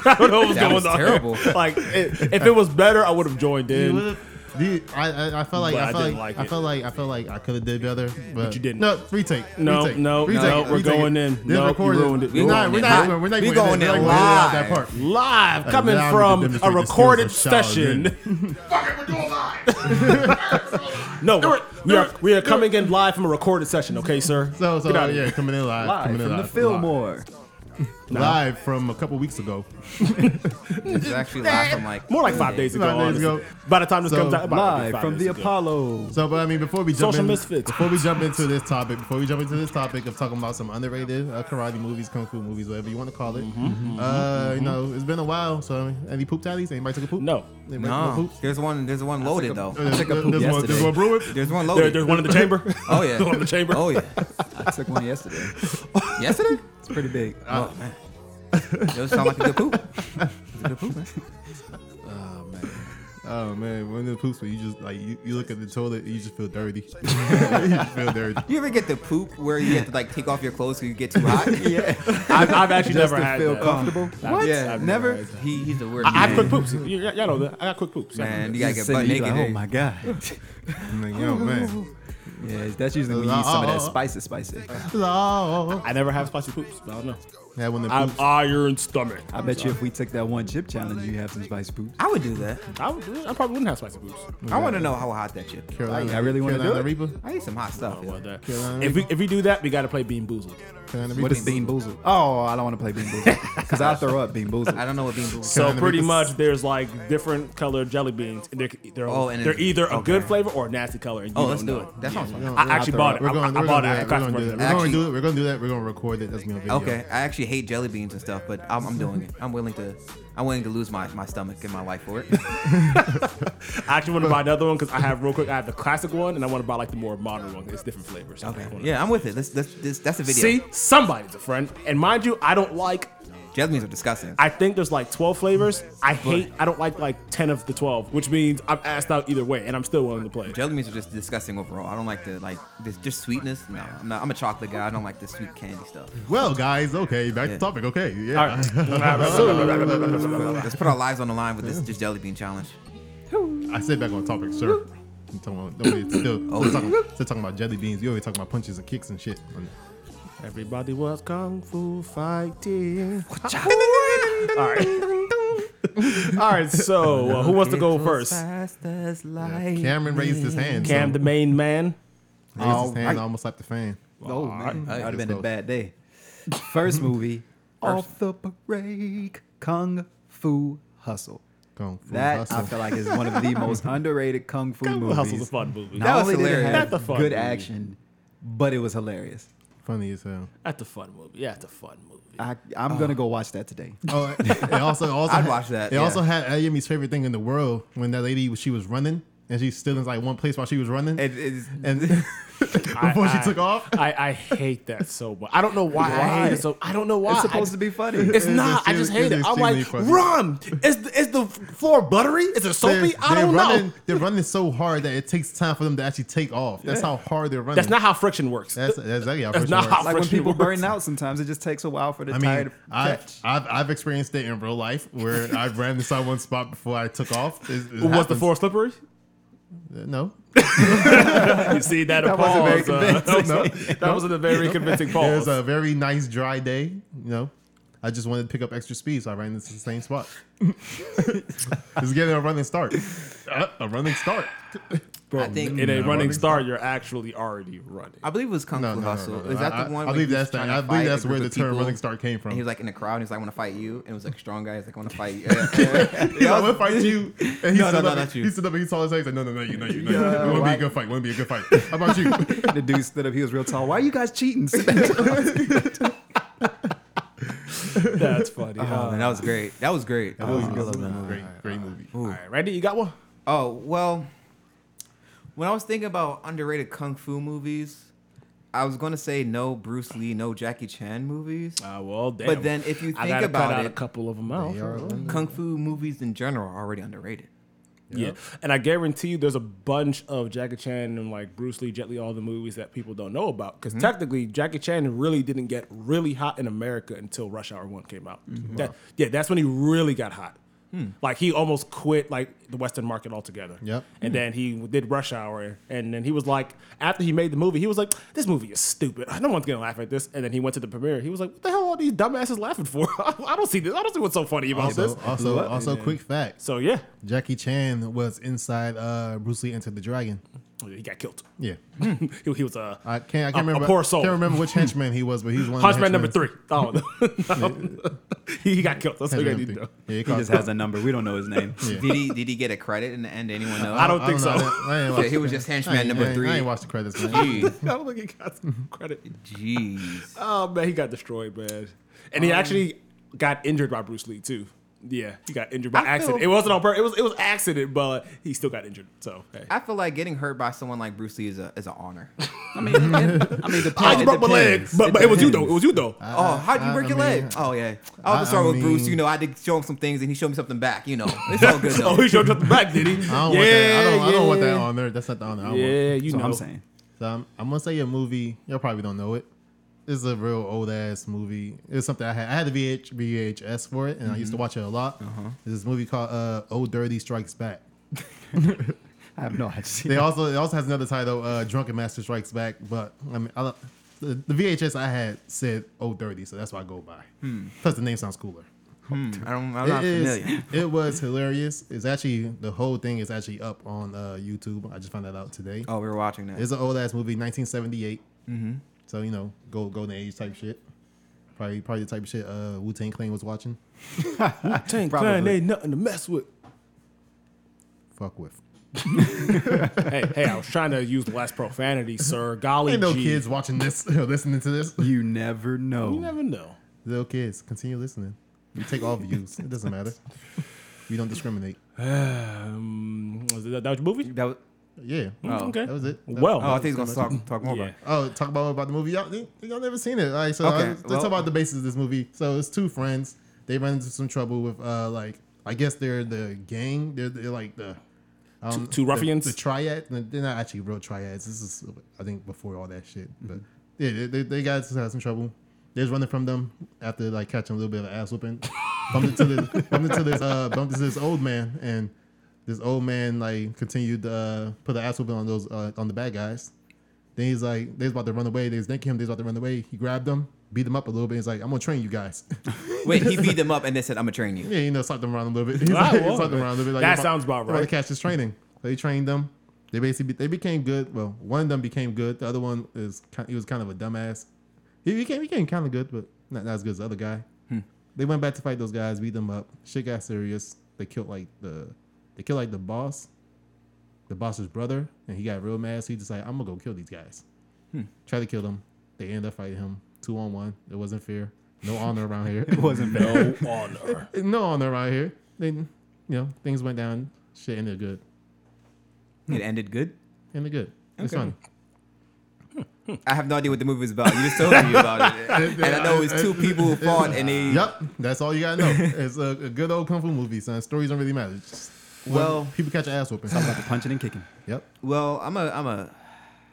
B: I don't know what was
C: That
B: going
C: was
B: on.
C: terrible.
B: Like, it, if it was better, I would have joined
A: You
B: in.
A: would've- Dude, I, I I felt like
B: But
A: I
B: I
A: felt like,
B: didn't like
A: I
B: it.
A: felt like I felt like I could have did better, but,
B: you didn't.
A: No, retake.
B: No,
A: retake,
B: no,
A: retake,
B: no,
A: it,
B: we're
A: retake
B: going
A: it.
B: in.
A: Then
B: No, you
A: record it.
B: ruined it.
A: We're not. We're
C: Ruined it.
A: not.
C: Hot.
A: We're not.
C: We
A: even-
C: going
A: we're not
C: in
A: even allowed
C: live.
A: That part.
B: Live coming
A: now we can
B: from a
A: demonstrate the skills
B: recorded
A: of Shaolin.
B: session. <laughs>
A: <laughs>
B: no, we're, we are we are coming in live from a recorded session. Okay, sir.
A: <laughs> So so
B: Get out of
A: yeah,
B: here.
A: coming in live,
D: Live
A: coming in
D: from the
A: live,
D: Fillmore.
A: live, live from a couple weeks ago.
C: This is actually last from like
B: More like five days ago.
A: Five days
B: honestly.
A: ago.
B: By the time this
A: So,
B: comes out, about
D: Live
B: five
D: from
B: days
D: the
B: ago.
D: Apollo.
A: So, but I mean, before we jump
B: Social
A: in,
B: misfits.
A: before we jump into
D: <laughs>
A: this topic, before we jump into this topic of talking about some underrated uh, karate movies, kung fu movies, whatever you want to call it,
D: Mm-hmm.
A: uh, you know, it's been a while. So, I mean, any poop tallies? Anybody took a poop?
B: No.
A: Anybody took
C: No,
A: poops?
C: there's one. There's one loaded
D: <laughs>
C: though.
A: Uh,
D: took a
A: there- there's one-
D: poop
A: There's
D: yesterday.
A: one brewing.
C: There's one
B: There,
C: loaded.
B: there's one in the
D: <laughs>
B: chamber.
C: oh yeah.
B: There's <laughs> one in the chamber.
C: Oh yeah.
D: I took
B: <laughs>
D: one yesterday.
C: Yesterday.
D: It's pretty big.
C: Oh man.
B: <laughs>
C: It was sound like a good poop. It's a good poop, man.
A: Oh man, when the poops, you just like you, you look at the toilet, you just feel dirty. <laughs> you just feel dirty.
C: You ever get the poop where you have to like take off your clothes because you get too hot? <laughs> yeah.
B: I've, I've actually
D: Just
B: never
D: to
B: had
D: feel
B: that.
D: comfortable.
B: I've-
D: What?
C: Yeah,
B: I've
D: never.
B: had that.
C: He, he's a weird
B: I, I have
C: man.
B: quick poops. You- you- Y'all know that. I got quick poops.
C: man. You gotta
D: Just
C: get
D: sitting
C: butt
D: there, you
C: naked.
D: like,
C: eh?
D: oh my god.
A: I'm like, yo,
D: <laughs>
A: man.
D: Yeah, that's usually when you use some of that spicy, spicy.
A: Oh.
B: I never have spicy poops. I don't know.
A: Yeah, when the
B: I
A: poops,
B: have iron stomach.
D: I bet you if we took that one chip challenge, you have some spicy poops.
C: I would do that.
B: I, would, I probably wouldn't have spicy poops.
C: I want to know how hot that chip. is.
A: Carolina,
D: I really wanna do
A: Carolina
D: it.
A: Reaper.
C: I eat some hot stuff.
B: About that.
A: Carolina
B: If we if we do that, we gotta play Bean Boozled.
A: Carolina
D: What
A: Reaper.
D: is Bean Boozled? Oh, I don't want to play Bean Boozled because I'll throw up Bean
C: I
D: Boozled.
C: don't know what bean boozled. is.
B: So
A: Kinda
B: pretty
A: because-
B: much, there's like different colored jelly beans, and they're they're,
C: Oh, and
B: they're
C: it's-
B: either a good
C: okay.
B: flavor or a nasty color. And you
C: oh, let's
B: don't
C: do
B: know.
C: it. That sounds fun.
B: I actually bought it.
A: We're
B: I-
A: going,
B: I
A: we're
B: bought it
A: gonna
B: at
A: do that. We're gonna do
B: Craft Burger.
A: that. We're gonna
C: Actually-
A: do it. We're gonna do that. We're gonna record it. That's gonna be on video.
C: Okay, I actually hate jelly beans and stuff, but I'm, I'm doing it. I'm willing to. I'm willing to lose my, my stomach and my
B: <laughs>
C: life for it.
B: I actually want to buy another one because I have real quick. I have the classic one, and I want to buy like the more modern one. It's different flavors.
C: Okay. Yeah, I'm with it. Let's, let's, this, that's a video.
B: See, somebody's a friend, and mind you, I don't like.
C: jelly beans are disgusting.
B: I think there's like 12 flavors. I hate. I don't like like 10 of the 12, which means I'm asked out either way, and I'm still willing to play.
C: jelly beans are just disgusting overall. I don't like the like this just sweetness. No, I'm not. I'm a chocolate guy. I don't like the sweet candy stuff.
A: Well, guys, okay, back
C: Yeah.
A: to topic. Okay,
B: All
A: yeah.
B: right.
A: <laughs>
B: So,
C: Let's put our lives on the line with this just jelly bean challenge.
A: I sit back on topic, sir. I'm talking about,
C: <coughs>
A: nobody- still,
C: Oh,
A: still, talking, still talking about jelly beans. You always talking about punches and kicks and shit.
B: Everybody was kung fu fighting.
C: All
B: All right, so uh, who wants to go first?
A: Cameron raised his hand.
B: Cam,
A: so
B: the main man.
A: raised his
D: All
A: hand,
D: right.
A: almost slapped the fan.
D: Oh man, that would have been
A: Let's go.
D: a bad day. First movie, off the break, Kung Fu Hustle.
A: Kung Fu
D: That I
A: Hustle.
D: feel like is one of the most underrated kung fu
B: Kung Fu
D: movies.
B: Hustle's a fun movie.
D: Not
C: That was
D: only did it
C: hilarious.
D: have
B: That's a fun
D: good
B: movie.
D: action, but it was hilarious.
A: Funny as hell.
B: That's a fun movie. Yeah, it's a fun movie.
D: I, I'm gonna go watch that today.
A: Oh,
C: <laughs>
A: it also, also
C: I'd
A: had-
C: watch that,
A: It
C: yeah.
A: also had Ayumi's favorite thing in the world when that lady she was running and she stood in like one place while she was running
C: It is. <laughs>
A: and <laughs> before she
B: I-
A: took off.
B: I, I hate that so much. I don't know why, I hate it so. I don't know why.
D: It's
B: I,
D: supposed to be funny.
B: It's
A: It
B: not.
A: is
B: I just
A: extremely- it
B: hate it.
A: is
B: I'm like,
A: extremely funny.
B: rum. Is the, is the floor buttery? Is it soapy? I don't
A: running,
B: know.
A: They're running so hard that it takes time for them to actually take off. That's how hard they're running.
B: That's not how friction works.
A: That's, that's exactly how
B: That's
A: friction
B: not
A: works.
B: how
D: like when
B: friction
D: people
B: works.
D: burn out, sometimes it just takes a while for the
A: I
D: tire to
A: mean, I've,
D: catch.
A: I've I've experienced it in real life
B: <laughs>
A: where I ran inside one spot before I took off. It, it
B: Was the
A: happens.
B: floor slippery?
A: Uh,
B: <laughs>
A: No,
B: You see that,
D: That wasn't very
B: applause. uh, <laughs> that wasn't a very convincing
A: it was
B: pause.
A: a very nice dry day. You know, I just wanted to pick up extra speed, so I ran into the same
B: <laughs>
A: spot. Just getting a running start. Uh, a running start.
C: I think. <laughs>
B: In
A: No,
B: a running
A: running
B: start, you're actually already running.
C: I believe it was Kung
A: No,
C: Fu
A: no, no,
C: Hustle.
A: no, no.
C: Is that
A: I-
C: the one?
A: I
C: where
A: believe
C: he was
A: that's the-
C: trying to
A: I believe
C: fight a
A: that's where
C: group
A: the
C: of
A: term
C: people,
A: running start came from.
C: And he was like in the crowd. and He's like, "I want to fight you," and it was like a strong guy. He's like, "I want
A: <laughs>
C: to fight you." Yeah, yeah.
A: He's like, "We'll fight
C: <laughs>
A: you." And he
C: No, no,
A: stood
C: no,
A: up.
C: not you.
A: He stood up and he saw his legs. Like, no, no, no, you, no, you, no. you.
D: Yeah,
A: it won't be
D: why-
A: a good fight. Won't be a good
C: <laughs>
A: fight. How about you?
D: the dude stood up. He was real tall. Why are you guys cheating? <laughs> Sit down.
B: That's funny.
C: Oh, man, that was great. That was great. Um,
A: That was awesome. Great, great movie.
B: All right, Randy, you got one?
C: Oh well, when I was thinking about underrated kung fu movies, I was gonna say no Bruce Lee, no Jackie Chan movies.
B: Uh, well, damn.
C: But then if you
B: I
C: think
B: gotta
C: about
B: cut out
C: it,
B: a couple of them out.
C: kung fu movies in general are already underrated.
B: Yeah. And I guarantee you there's a bunch of Jackie Chan and like Bruce Lee, Jet Li, all the movies that people don't know about. Because
A: Mm-hmm.
B: technically, Jackie Chan really didn't get really hot in America until Rush Hour 1 came out.
A: Mm-hmm.
B: That, yeah, that's when he really got hot. Like he almost quit like the Western market altogether.
A: Hmm. Yep. Hmm.
B: And then he did Rush Hour, and then he was like, after he made the movie, he was like, "This movie is stupid. <laughs> No one's gonna laugh at this." And then he went to the premiere. He was like, "What the hell are these dumbasses laughing for? <laughs> I don't see this. I don't see what's so funny about
A: Also,
B: this."
A: also, also, quick fact:
B: So yeah,
A: Jackie Chan was inside uh, Bruce Lee Enter the Dragon.
B: he got killed.
A: Yeah,
B: <laughs> he, he was a
A: I can't. I can't
B: Hmm. A- a
A: remember.
B: poor soul.
A: Can't remember which henchman he was, but he's one.
B: Hunchman
A: of the
B: number
A: henchmen.
B: three. Oh,
A: <laughs>
B: <laughs> he he got killed. That's what I
A: Henchman
B: need to
A: number
B: know. <laughs>
A: three. Yeah,
D: He just has a number. We don't know his <laughs> name.
C: Did he? Did he get a credit in the
A: <laughs>
C: end? Anyone know?
B: I don't think so.
C: <laughs> Yeah, he was just henchman number
A: I ain't, I
C: three.
A: ain't watched the credits. Man.
C: Jeez,
B: I don't think he got
A: Mm-hmm.
B: some credit.
C: jeez.
B: Oh man, he got destroyed, man. And
A: Um,
B: he actually got injured by Bruce Lee too. Yeah, he got injured by
C: I
B: accident.
C: feel-
B: it wasn't on purpose. It was it was accident, but he still got injured. So hey.
C: I feel like getting hurt by someone like Bruce Lee is a is an honor.
D: I mean, it, I mean, depends.
B: I just broke my leg,
D: depends.
B: but, but it was you though. It
D: depends.
B: was you though.
C: Oh, how'd you
A: I-
C: break
A: I
C: your
A: mean,
C: leg? Oh yeah, I was
A: I-
C: sorry
A: I
C: with Bruce.
A: mean-
C: You know, I did show him some things, and he showed me something back. You know, it's
B: <laughs>
C: all good
B: oh,
C: though.
B: he showed you up the back, did he?
A: I don't, want that. I, don't, I don't want that on there. That's not the honor. I want.
B: Yeah, you
D: That's
B: know.
D: what I'm saying.
A: So I'm, I'm gonna say a movie. Y'all probably don't know it. It's a real old ass movie. It's something I had. I had a VH, VHS for it, and I
C: Mm-hmm.
A: used to watch it a lot.
C: Uh-huh.
A: It's this movie called uh, "Old Dirty Strikes Back."
D: I have no idea.
A: They also it also has another title, uh, "Drunken Master Strikes Back." But I mean, I, don't- the, the VHS I had said "Old Dirty," so that's what I go by. Plus, the name sounds cooler.
C: Hmm, I don't, Hmm. I'm
A: It
C: not
A: is.
C: familiar.
A: <laughs> It was hilarious. It's actually the whole thing is actually up on uh, YouTube. I just found that out today.
C: Oh, Mm-hmm. we were watching that.
A: It's an old ass movie, 1978. So you know, gold golden age type shit. Probably probably the type of shit uh, Wu Tang Clan was watching.
B: Tank
D: Probably.
B: Clan ain't nothing to mess with.
A: Fuck with.
B: hey, hey, I was trying to use less profanity, sir. Golly,
A: Ain't no
B: gee.
A: kids watching this, <laughs> or listening to this.
D: <laughs> You never know.
B: You never know.
A: Little kids, continue listening. We take all views. It doesn't matter. We don't discriminate.
B: Um, was that, that was your movie?
C: that was,
A: Yeah.
C: Oh,
B: okay.
A: That was it. That-
B: Well,
C: oh, I think he's gonna talk talk more about.
B: yeah.
C: It.
A: Oh, talk about about the movie. Y'all, y'all never seen it. All right, so
C: Okay,
A: I- let's
C: well-
A: talk about the basis of this movie. So it's two friends. They run into some trouble with uh like I guess they're the gang. They're, they're like the I don't-
B: two
A: the-
B: ruffians?
A: The, triad. no, They're not actually real triads. This is I think before all that shit. But yeah, they, they, they got had some trouble. They're just running from them after like catching a little bit of an ass whooping. bumped into this bumped into this uh bumped into this old man and. This old man like continued to uh, put the ass whooping on those uh, on the bad guys. Then he's like, they was about to run away. They was thinking him, they was about to run away. He grabbed them, beat them up a little bit. He's like, I'm gonna train you guys. <laughs>
C: Wait, he beat them up and then said, "I'm gonna train you."
A: yeah, you know, slapped them around a little bit. <laughs> He's
B: Ah,
A: like,
B: well,
A: slapped them around a little bit. Like,
B: that
A: you're about-
B: sounds about
A: you're about
B: right.
A: to catch his training. So he trained them. They basically they became good. Well, one of them became good. The other one is ki- he was kind of a dumbass. He became he became kind of good, but not, not as good as the other guy.
B: Hmm.
A: They went back to fight those guys, beat them up. Shit got serious. They killed like the they killed like the boss, the boss's brother, and he got real mad. So he just like, I'm gonna go kill these guys.
B: Hmm.
A: Try to kill them. They end up fighting him two on one. It wasn't fair. No honor around
B: <laughs>
A: here. <laughs> it wasn't fair
B: No Oh,
C: <laughs>
B: honor.
A: no honor around here. Then you know things went down. Shit ended good.
C: It ended good.
A: Ended good. It's
C: Okay.
A: funny.
C: I have no idea what the movie is about. You just told me about
A: <laughs>
C: it, and I know it's two people who fought, and they
A: Yep, that's all you gotta know. <laughs> it's a, a good old kung fu movie, son. Stories don't really matter. It's Just,
C: Well-
A: people catch your ass whooping.
D: About to punching and kicking.
A: yep.
C: Well, I'm a, I'm a.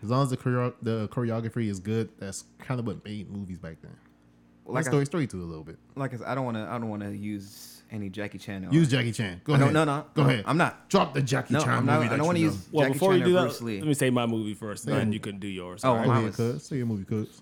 A: As long as the choreo- the choreography is good, that's kind of what made movies back then. Like
C: Like
A: story,
C: I,
A: story to a little bit.
C: like I, said, I don't want to, I don't want to use any Jackie Chan. or-
A: Use Jackie Chan. Go
C: I
A: ahead.
C: don't- no, no,
A: Go
C: no,
A: ahead.
C: I'm not.
A: Drop the Jackie
C: No,
A: Chan
C: I'm not-
A: movie.
C: I don't
A: want
C: wanna
A: to
C: use-
B: Well,
C: Jackie
B: before
C: Chan
B: you
C: or
B: do that,
C: Bruce Lee.
B: let me say my movie first, and then you can do yours.
C: Oh,
B: all right?
A: Go
C: I
A: ahead,
C: was-
A: cuz. Say your movie, cuz.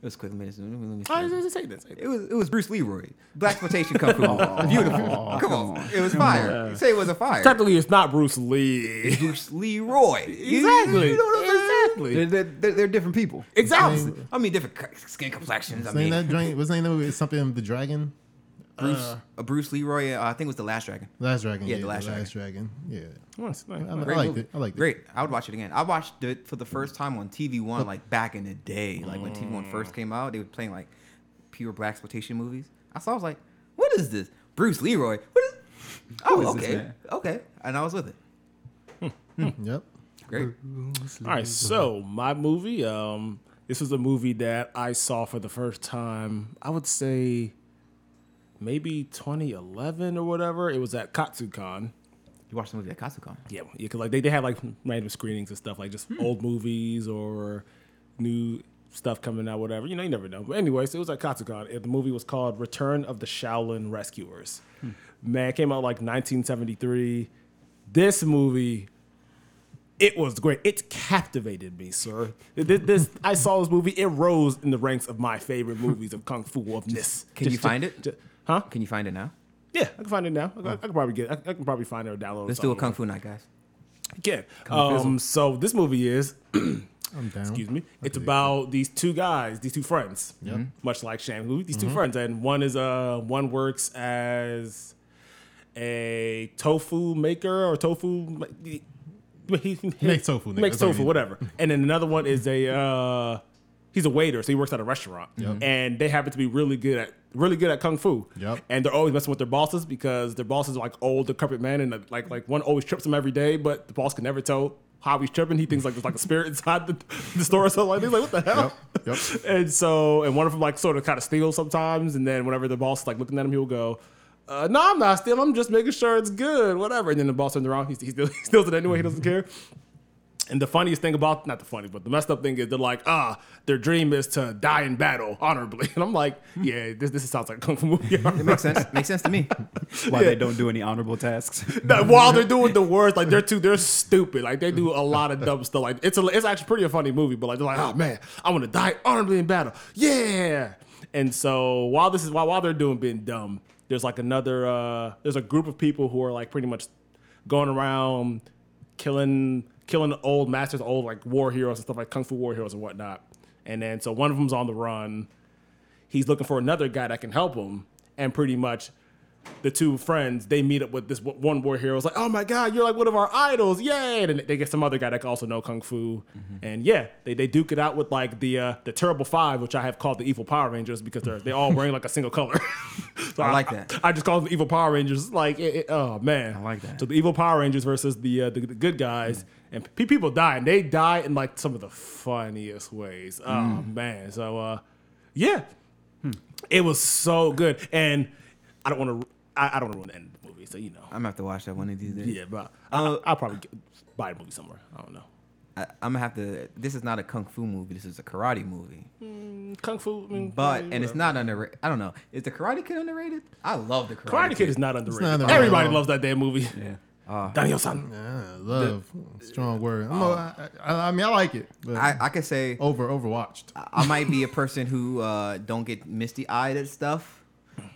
C: It was quick minutes. Let me- let me see.
B: I was gonna say that. say that.
C: Oh, It was it was Bruce Leroy. Black exploitation kung <laughs> fu. Beautiful. Oh. come on. It was fire. You say it was a fire.
B: Technically, it's not Bruce Lee.
C: Bruce Leroy. You-
B: Exactly.
C: You know what I'm saying?
D: They're,
B: Exactly.
D: they're, they're, they're different people.
C: Exactly. I mean, different c- skin complexions. I
A: What's the name
C: mean,
A: of that joint? What's the name of that movie? It's Something with the dragon?
C: Bruce, uh, Bruce Leroy. Uh, I think it was the Last Dragon.
A: Last Dragon.
C: Yeah, The Last
A: dragon. Yeah.
B: Nice, nice,
A: I, I
B: nice.
C: Great
A: liked
C: movie.
A: it. I liked it.
C: Great. I would watch it again. I watched it for the first time on TV One, like back in the day, like when TV One first came out. They were playing like pure black exploitation movies. I saw. I was like, "What is this? Bruce Leroy? What is? Oh,
D: is this
C: okay,
D: man?
C: okay." And I was with it.
A: Yep.
C: Great.
B: All right, so my movie. Um, this was a movie that I saw for the first time. I would say maybe 2011 or whatever. It was at Katsucon.
C: You watched the movie at Katsucon.
B: Yeah, yeah, cause like they, they had like random screenings and stuff, like just
C: Hmm.
B: old movies or new stuff coming out, whatever. You know, you never know. But anyways, it was at Katsucon. It- The movie was called Return of the Shaolin Rescuers.
C: Hmm.
B: Man, it came out like 1973. This movie, it was great. It captivated me, sir. This, this I saw this movie. It rose in the ranks of my favorite movies of kung fu of this.
C: Can you find it?
B: huh?
C: Can you find it now?
B: Yeah, I can find it now. I, I can probably get. I, I can probably find it or download. it
C: Let's do a
B: somewhere.
C: kung fu night, guys.
B: Yeah. Um, so this movie is, <clears throat>
A: I'm down.
B: excuse me, it's about these two guys, these two friends, much like Shang Hu, these
A: Mm-hmm.
B: two friends, and one is uh one works as a tofu maker or tofu. He, he,
A: Makes tofu, nigga.
B: Makes
A: That's what
B: tofu,
A: he-
B: whatever. And then another one is a uh, he's a waiter, so he works at a restaurant, and they happen to be really good at really good at kung fu.
A: Yep.
B: And they're always messing with their bosses because their bosses are like old decrepit men, and like like one always trips them every day, but the boss can never tell how he's tripping. He thinks like there's like a spirit <laughs> inside the, the store or something like that. He's like, what the hell?
A: Yep,
B: And so, and one of them like sort of kind of steals sometimes. And then whenever the boss is like looking at him, he'll go, uh, no, I'm not stealing. I'm just making sure it's good, whatever. And then the boss turns around. He, he, steals, <laughs> he steals it anyway. He doesn't care. And the funniest thing about, not the funny, but the messed up thing is they're like, ah, their dream is to die in battle honorably. <laughs> And I'm like, yeah, this, this sounds like a kung fu movie. <laughs>
C: It makes sense. Makes sense to
D: <laughs>
C: me.
D: Why they don't do any honorable <laughs> tasks?
B: That while they're doing the words, like they're too, they're stupid. Like they do a lot of dumb stuff. Like it's a, it's actually pretty a funny movie. But like they're like, oh man, I want to die honorably in battle. Yeah. And so while this is while while they're doing being dumb, there's like another uh there's a group of people who are like pretty much going around killing killing old masters, old like war heroes and stuff like kung fu war heroes and whatnot. And then so one of them's on the run. He's looking for another guy that can help him, and pretty much the two friends, they meet up with this w- one war hero. It's like, oh my god, you're like one of our idols, yay! And they get some other guy that can also know kung fu,
C: Mm-hmm.
B: and yeah, they, they duke it out with like the uh, the terrible five, which I have called the evil Power Rangers because they're they all wearing like a single color. <laughs> so
C: I like that.
B: I, just call them the evil Power Rangers. Like, it, it- oh man, I
C: like that.
B: So the evil Power Rangers versus the uh, the, the good guys, and pe- people die, and they die in like some of the funniest ways. Oh man, so uh, yeah, it was so good, and I don't want to. I, I don't want to end the movie, so you know.
C: I'm gonna have to watch that one of these days.
B: Yeah, but I, I'll probably get, buy the movie somewhere. I don't know.
C: I, I'm gonna have to. This is not a kung fu movie. This is a karate movie.
B: Kung Fu, I mean,
C: But
B: yeah,
C: and it's not underrated. I don't know. Is the Karate Kid underrated? I love the Karate,
B: whatever. Karate Kid is not underrated.
A: not underrated.
B: Everybody
A: Oh.
B: loves that damn movie.
D: yeah.
B: Daniel-san.
A: Yeah, love, strong word. I'm a, I, I, I mean, I like it, but
C: I, I could say
A: over overwatched.
C: I might be a person who uh, don't get misty eyed at stuff.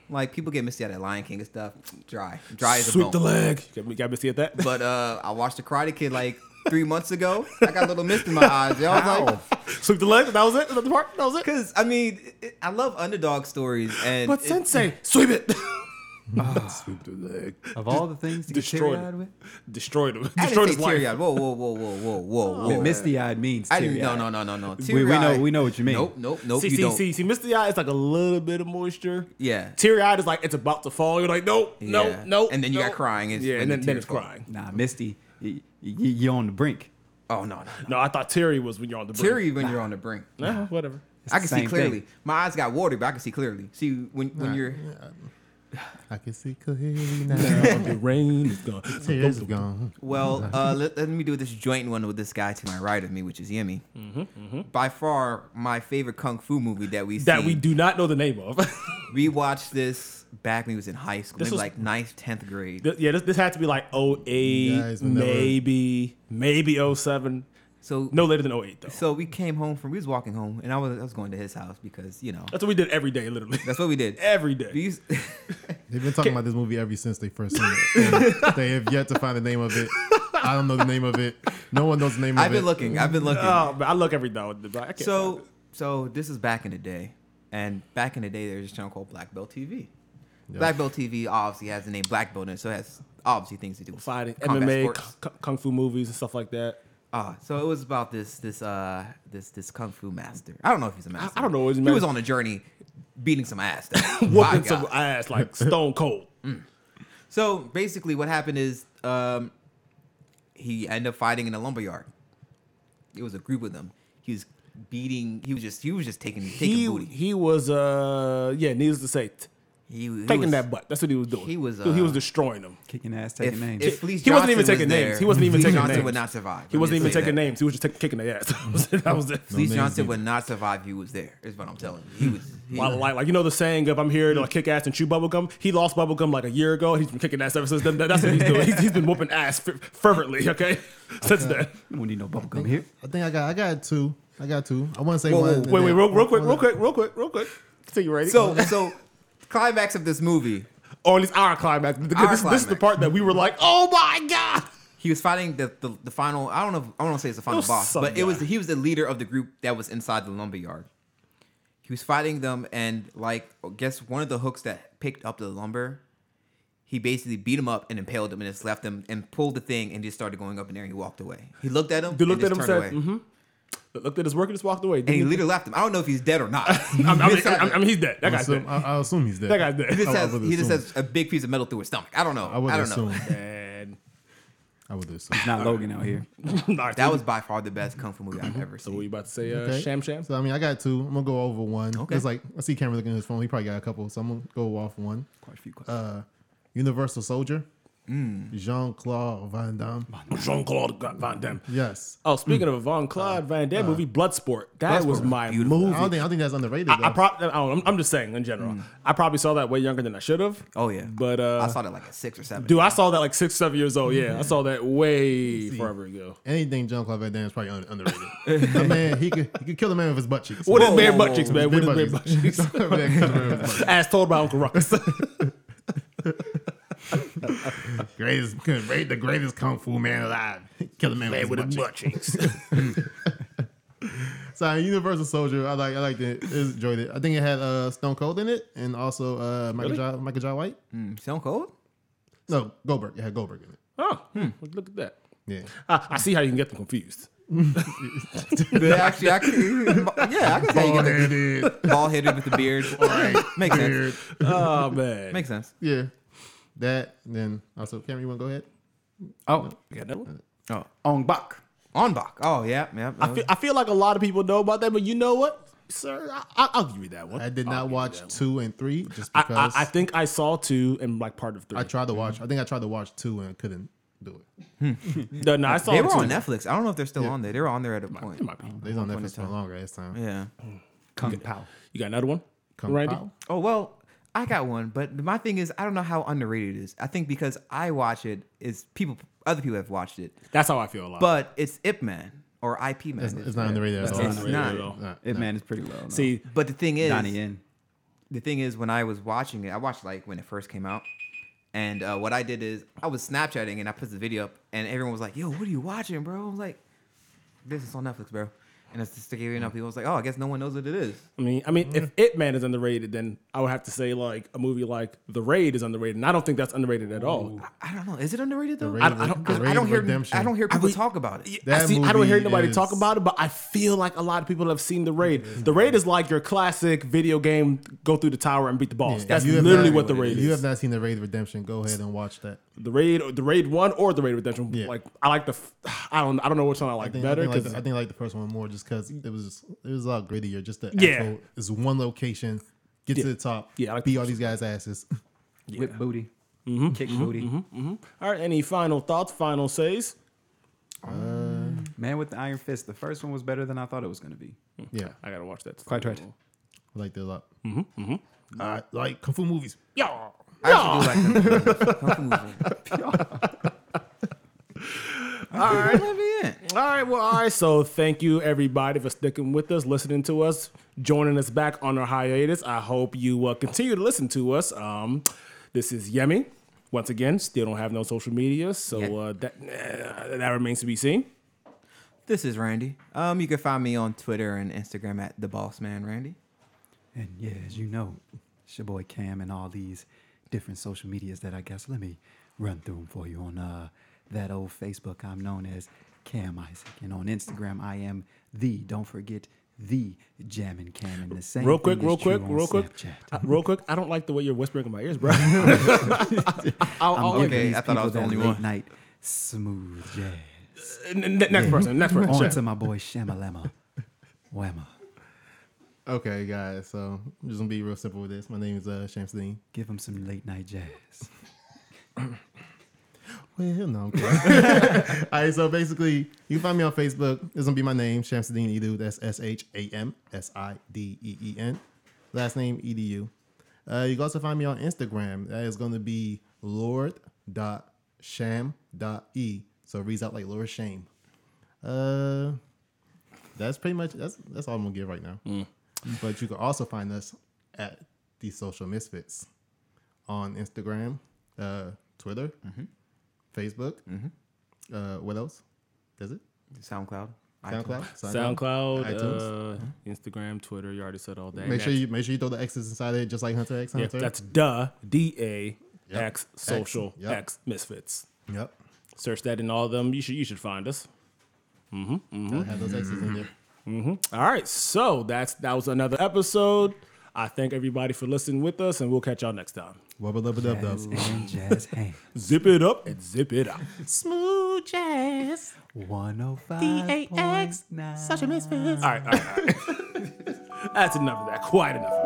C: Like people get misty eyed at Lion King and stuff. Dry, dry as a
B: Sweep
C: bone.
B: the leg. You got me- got me to see it that.
C: But uh, I watched the Karate Kid like three months ago. I got a little mist in my eyes. Y'all I was
B: <laughs>
C: like,
B: Sweep the leg. That was it. That was the part. That was it.
C: because I mean, it, I love underdog stories, and
B: But
C: it-
B: Sensei,
C: <laughs>
B: sweep it. <laughs> sweep the leg.
D: Of all the things to get
B: Destroyed.
D: teary-eyed with,
B: Destroyed him.
C: I
B: Destroyed
C: didn't
B: his
C: say teary eyed.
B: wife.
C: Whoa, whoa, whoa, whoa, whoa, whoa, whoa.
D: misty-eyed means
C: Oh, I didn't.
D: teary-eyed.
C: No, no, no, no, no.
D: Oh. We, we know
C: Teary-eyed-
D: we know what you mean.
C: Nope, nope, nope.
B: See,
C: you
B: see,
C: don't.
B: see, see, Misty Eye, it's like a little bit of moisture.
C: Yeah.
B: Teary eyed is like, it's about to fall. You're like, nope,
C: Yeah.
B: no, no.
C: And then you got
B: no.
C: crying and-
B: yeah, and,
C: and
B: then,
C: the
B: then
C: tears
B: it's
C: fall.
B: crying.
D: Nah, misty, you, you, you're on the brink.
C: Oh no, no.
B: No, I thought teary was when you're on the brink.
C: Teary when you're on the brink.
B: Nah,
C: <laughs>
B: whatever.
D: It's
C: I
D: the
C: can
D: same
C: see
D: thing.
C: clearly. My eyes got watery, but I can see clearly. See when when you're
A: I can see clearly now. <laughs>
B: the rain is gone.
A: Tears have gone.
C: well. Uh, let, let me do this joint one with this guy to my right of me, which is Yemi.
B: Mm-hmm,
C: By far, my favorite kung fu movie that
B: <laughs>
C: we
B: That we do not know the name of. <laughs>
C: We watched this back when we was in high school,
B: This
C: maybe
B: was-
C: like ninth, tenth grade.
B: Th- yeah, this, this had to be like 08,
A: Guys, we never-
B: maybe, maybe 07.
C: so
B: No later than 08, though.
C: so we came home from we was walking home, and I was I was going to his house because you know
B: That's what we did every day, literally. <laughs>
C: that's what we did.
B: every day.
C: These-
A: They've been talking about this movie ever since they first seen it. And they have yet to find the name of it. I don't know the name of it. No one knows the name of
C: <laughs> I've
A: it.
C: been looking. I've been looking.
B: Oh, but I look every now and then. but I can't
C: So
B: find it.
C: so this is back in the day, and back in the day there's a channel called Black Belt TV. Black Belt TV obviously has the name Black Belt, in it, so it has obviously things to do with
B: fighting,
C: combat
B: MMA,
C: sports.
B: kung, kung fu movies, and stuff like that.
C: Ah, so it was about this this uh this this kung fu master. I don't know if he's a master.
B: I don't know what he's a
C: He was
B: master.
C: on a journey, beating some ass.
B: <laughs>
C: though. My
B: Whooping
C: God.
B: some ass
C: <laughs>
B: like Stone Cold.
C: So basically, what happened is um, he ended up fighting in a lumberyard. It was a group of them. He was beating. He was just. He was just taking taking
B: he
C: booty.
B: he was uh yeah needless to say t-
C: He, he
B: taking
C: was,
B: that butt that's what he was doing
C: he was,
B: he was
C: uh,
B: destroying them
D: Kicking ass, taking
C: If,
D: names.
C: if Fleece
B: He wasn't even
C: Johnson was
B: taking
C: there,
B: names. He wasn't even
C: Fleece
B: taking
C: Johnson
B: names.
C: would not survive. Let
B: he
C: me
B: wasn't even
C: just say
B: taking
C: that.
B: names he was just t- kicking their ass <laughs> that was it
C: Fleece
A: names
C: Johnson
A: either.
C: would not survive. if He was there. Is what I'm telling you. He was. He,
B: Well, like, like you know the saying of I'm here to like, kick ass and chew bubble gum. He lost bubble gum like a year ago. He's been kicking ass ever since then. That- That's what he's doing. He's, he's been whooping ass fer- fervently. Okay, <laughs> since then.
D: we don't need no bubblegum here.
A: I think I got I got two. I got two. I want to say
C: Whoa,
A: one.
C: whoa,
A: and
B: Wait,
A: then-
B: wait, real, real quick, real quick, real quick, real quick. Continue, right?
C: so so climax of this movie.
B: <laughs> or at least our climax. Because
C: Our
B: this, this is the
C: climax.
B: part that we were like, oh my god.
C: He was fighting the, the, the final. I don't know. I don't want to say it's the final
B: was
C: boss,
B: some
C: but it was
B: guy.
C: he was the leader of the group that was inside the lumberyard. He was fighting them, and like guess one of the hooks that picked up the lumber, he basically beat him up and impaled him, and just left him and pulled the thing and just started going up in there. And he walked away. He looked at him.
B: Dude looked
C: and
B: at him
C: just
B: and
C: turned
B: said,
C: away.
B: mm-hmm. Looked at his work and just walked away.
C: and he literally left him. I don't know if he's dead or
B: <laughs>
C: not.
B: I mean, I mean,
C: He just- Oh,
B: I mean- I mean, he's dead. That
A: I
B: guy's
A: assume,
B: dead.
A: I, I assume he's dead.
B: That guy's dead. Oh,
C: he just
A: I
C: has
A: would
C: he just
A: assume.
C: has a big piece of metal through his stomach. I don't know.
A: I
C: I,
A: would
B: <laughs>
C: don't
A: assume.
C: know.
B: And
A: I would do so.
D: It's not Logan out here.
C: That was by far the best kung fu movie I've
B: Mm-hmm.
C: ever
B: So what you
C: seen.
B: about to say, uh,
A: Okay.
B: Sham Sham?
A: So I mean, I got two. I'm gonna go over one.
C: Okay.
A: It's like I see Cameron looking at his phone. He probably got a couple, so I'm gonna go off one.
D: Quite a few questions.
A: Uh, Universal Soldier. Jean Claude Van Damme.
B: Jean Claude Van Damme.
A: Yes.
B: Oh, speaking of Von Claude Van Damme
C: Mm.
B: movie, Bloodsport. That was my movie.
A: I don't think I think that's underrated.
B: I, I
A: though.
B: prob- I don't, know, I'm, I'm just saying in general. I probably saw that way younger than I should have.
C: Mm. Oh yeah,
B: But uh,
C: I saw that Mm. like at six or seven.
B: dude, I saw that like six, seven years old. Yeah, I saw that way forever ago.
A: Anything Jean Claude Van Damme is probably un- underrated. that man, he could he could kill a man with his butt cheeks.
B: What is
A: Whoa.
B: man butt cheeks, man?
A: His
B: What is
A: butt
B: man butt
A: cheeks. <laughs>
B: cheeks?
C: <laughs>
A: Man could kill a man with his butt cheeks.
B: <laughs> As told by
A: <laughs>
B: Uncle Ruckus.
A: Greatest, could rate the greatest kung fu man alive. Kill a man, with his butt cheeks. <laughs> so uh, Universal Soldier, I like, I liked it. It's- Enjoyed it. I think it had uh, Stone Cold in it, and also uh, Michael J. Michael J. White.
C: Mm, Stone Cold.
A: No, Goldberg. It had Goldberg in it.
B: oh,
C: hmm,
B: look at that.
A: Yeah.
B: I, I see how you can get them
C: <laughs>
B: confused.
C: Actually, I can, yeah, I can say you got
A: Bald-headed.
C: ball headed with the beard. Makes sense.
A: Beard.
B: Oh man,
C: Makes sense.
A: Yeah. That. and Then also, Cameron, you want to go ahead?
D: oh,
B: You got that one?
C: Oh,
D: on Bach.
C: Onbach. Oh yeah, yeah.
B: I feel, I feel like a lot of people know about that, but you know what, sir? I, I, I'll give you that one.
A: I did not watch two and three just
B: I,
A: because
B: I,
A: I,
B: I think I saw two and like part of three.
A: tried to watch. I think I tried to watch two and I couldn't do it.
B: no, no, I saw
C: they were
B: two.
C: on Netflix. I don't know if they're still on there. They were on there at a point.
B: It might be.
A: They was on Netflix for longer this time.
C: Yeah.
D: Kung Pao.
B: You got another one,
A: Kung
B: Randy?
A: Pao?
C: Oh well, I got one, but my thing is I don't know how underrated it is. I think because I watch it is people other people have watched it,
B: That's how I feel a lot.
C: but it's Ip Man or IP Man.
A: It's, it's not on the radio at all.
B: That's
C: it's
B: underrated
C: not.
B: at all.
A: Nah,
D: It
A: nah.
D: man is pretty well. known.
B: See,
C: But the thing is,
D: Donnie Yen.
C: the thing is when I was watching it, I watched like when it first came out. And uh, what I did is I was Snapchatting and I put the video up and everyone was like, yo, what are you watching, bro? I was like, this is on Netflix, bro. And it's just giving up. People was like, oh, I guess no one knows what it is.
B: I mean, I mean,
A: Mm.
B: if It Man is underrated, then I would have to say like a movie like The Raid is underrated, and I don't think that's underrated at all.
C: I don't know. Is it underrated though?
A: The
C: I,
A: Raid-
C: I don't.
A: The
C: I- I,
A: Raid
C: don't hear.
A: Redemption.
C: I don't hear people
B: mean-
C: talk about it.
B: I
A: That
B: see. I don't hear
A: movie
B: nobody
A: is-
B: talk about it, but I feel like a lot of people have seen The Raid. The Raid is like your classic video game: go through the tower and beat the boss.
A: Yeah,
B: that's
A: you have
B: literally
A: not-
B: what The Raid
A: If you have
B: is.
A: not seen the Raid Redemption, go ahead and watch that.
B: The Raid, The Raid One, or The Raid Redemption.
A: Yeah.
B: Like I like the. f- <sighs> I don't. I don't know which one I
A: I
B: like
A: think,
B: better
A: I, think like
B: because
A: the, I think I like the first one more just because it was just, it was a lot grittier. Just the
B: Yeah.
A: actual, it's one location, get to the top,
B: Yeah, I like
A: beat
B: the
A: all these guys' asses. <laughs>
D: Whip booty.
B: Mm-hmm.
D: Kick booty.
B: All right. Any final thoughts? Final says?
D: Man with the Iron Fist. The first one was better than I thought it was going to be.
A: yeah,
B: I gotta watch that.
D: Quite right.
A: I liked it a lot. Mm-hmm, mm-hmm. I like kung fu movies.
B: Yeah.
C: I actually do like that. Don't move it.
A: <laughs>
C: <laughs> All right, let me in.
B: All right, well, all right. So, thank you everybody for sticking with us, listening to us, joining us back on our hiatus. I hope you uh, continue to listen to us. Um, this is Yemi. Once again, still don't have no social media, so
C: Yeah.
B: uh, that eh, that remains to be seen.
C: This is Randy. Um, you can find me on Twitter and Instagram at the Boss Man Randy.
D: And yeah, as you know, it's your boy Cam and all these different social medias that I guess let me run through them for you. On uh, that old Facebook, I'm known as Cam Isaac, and on Instagram, I am the. Don't forget the Jammin' Cam. And the same.
B: Real quick,
D: thing is
B: real
D: true
B: quick,
D: on
B: real quick,
D: Snapchat.
B: uh, real quick. I don't like the way you're whispering in my
D: <laughs>
B: ears, bro. <laughs>
D: I'm
C: oh,
D: giving
C: okay,
D: these
C: I thought I
D: people
C: was the
D: that
C: only
D: late
C: one.
D: Night smooth jazz.
B: N- n- next person, next person.
D: On
B: Sure.
D: to my boy Shamalama, Whamma.
A: Okay, guys, so I'm just gonna be real simple with this. My name is uh, Shamsuddin.
D: Give him some late night jazz.
A: Well, no, I'm kidding. <laughs> All right, so basically, you can find me on Facebook. It's gonna be my name, Shamsuddin Edu. That's S H A M S I D E E N. Last name Edu. Uh, you can also find me on Instagram. That is gonna be lord.sham.e. E. So it reads out like Lord Shame. Uh, that's pretty much that's that's all I'm gonna give right now. But you can also find us at the Social Misfits on Instagram, uh, Twitter, Facebook. Uh, what else? Does it?
C: SoundCloud. iTunes.
A: SoundCloud.
B: SoundCloud,
A: iTunes.
B: uh, Instagram, Twitter. You already said all that.
A: make sure
B: That's-
A: you make sure you throw the X's inside it, just like Hunter X
B: yeah,
A: Hunter.
B: that's duh. D A
A: Yep.
B: X social
A: Yep.
B: X misfits.
A: yep.
B: Search that in all of them. You should you should find us.
A: Gotta have those X's in there.
B: All right. So that's that was another episode. I thank everybody for listening with us, and we'll catch y'all next time.
A: Wubba lubba dub dub.
D: Jazz and jazz hands.
B: Zip it up and zip it out.
A: Smooth
D: jazz.
F: 105.
D: DAX, such a
B: <laughs>
D: misfit.
B: All right, all right, all right. That's enough of that. Quite enough of that.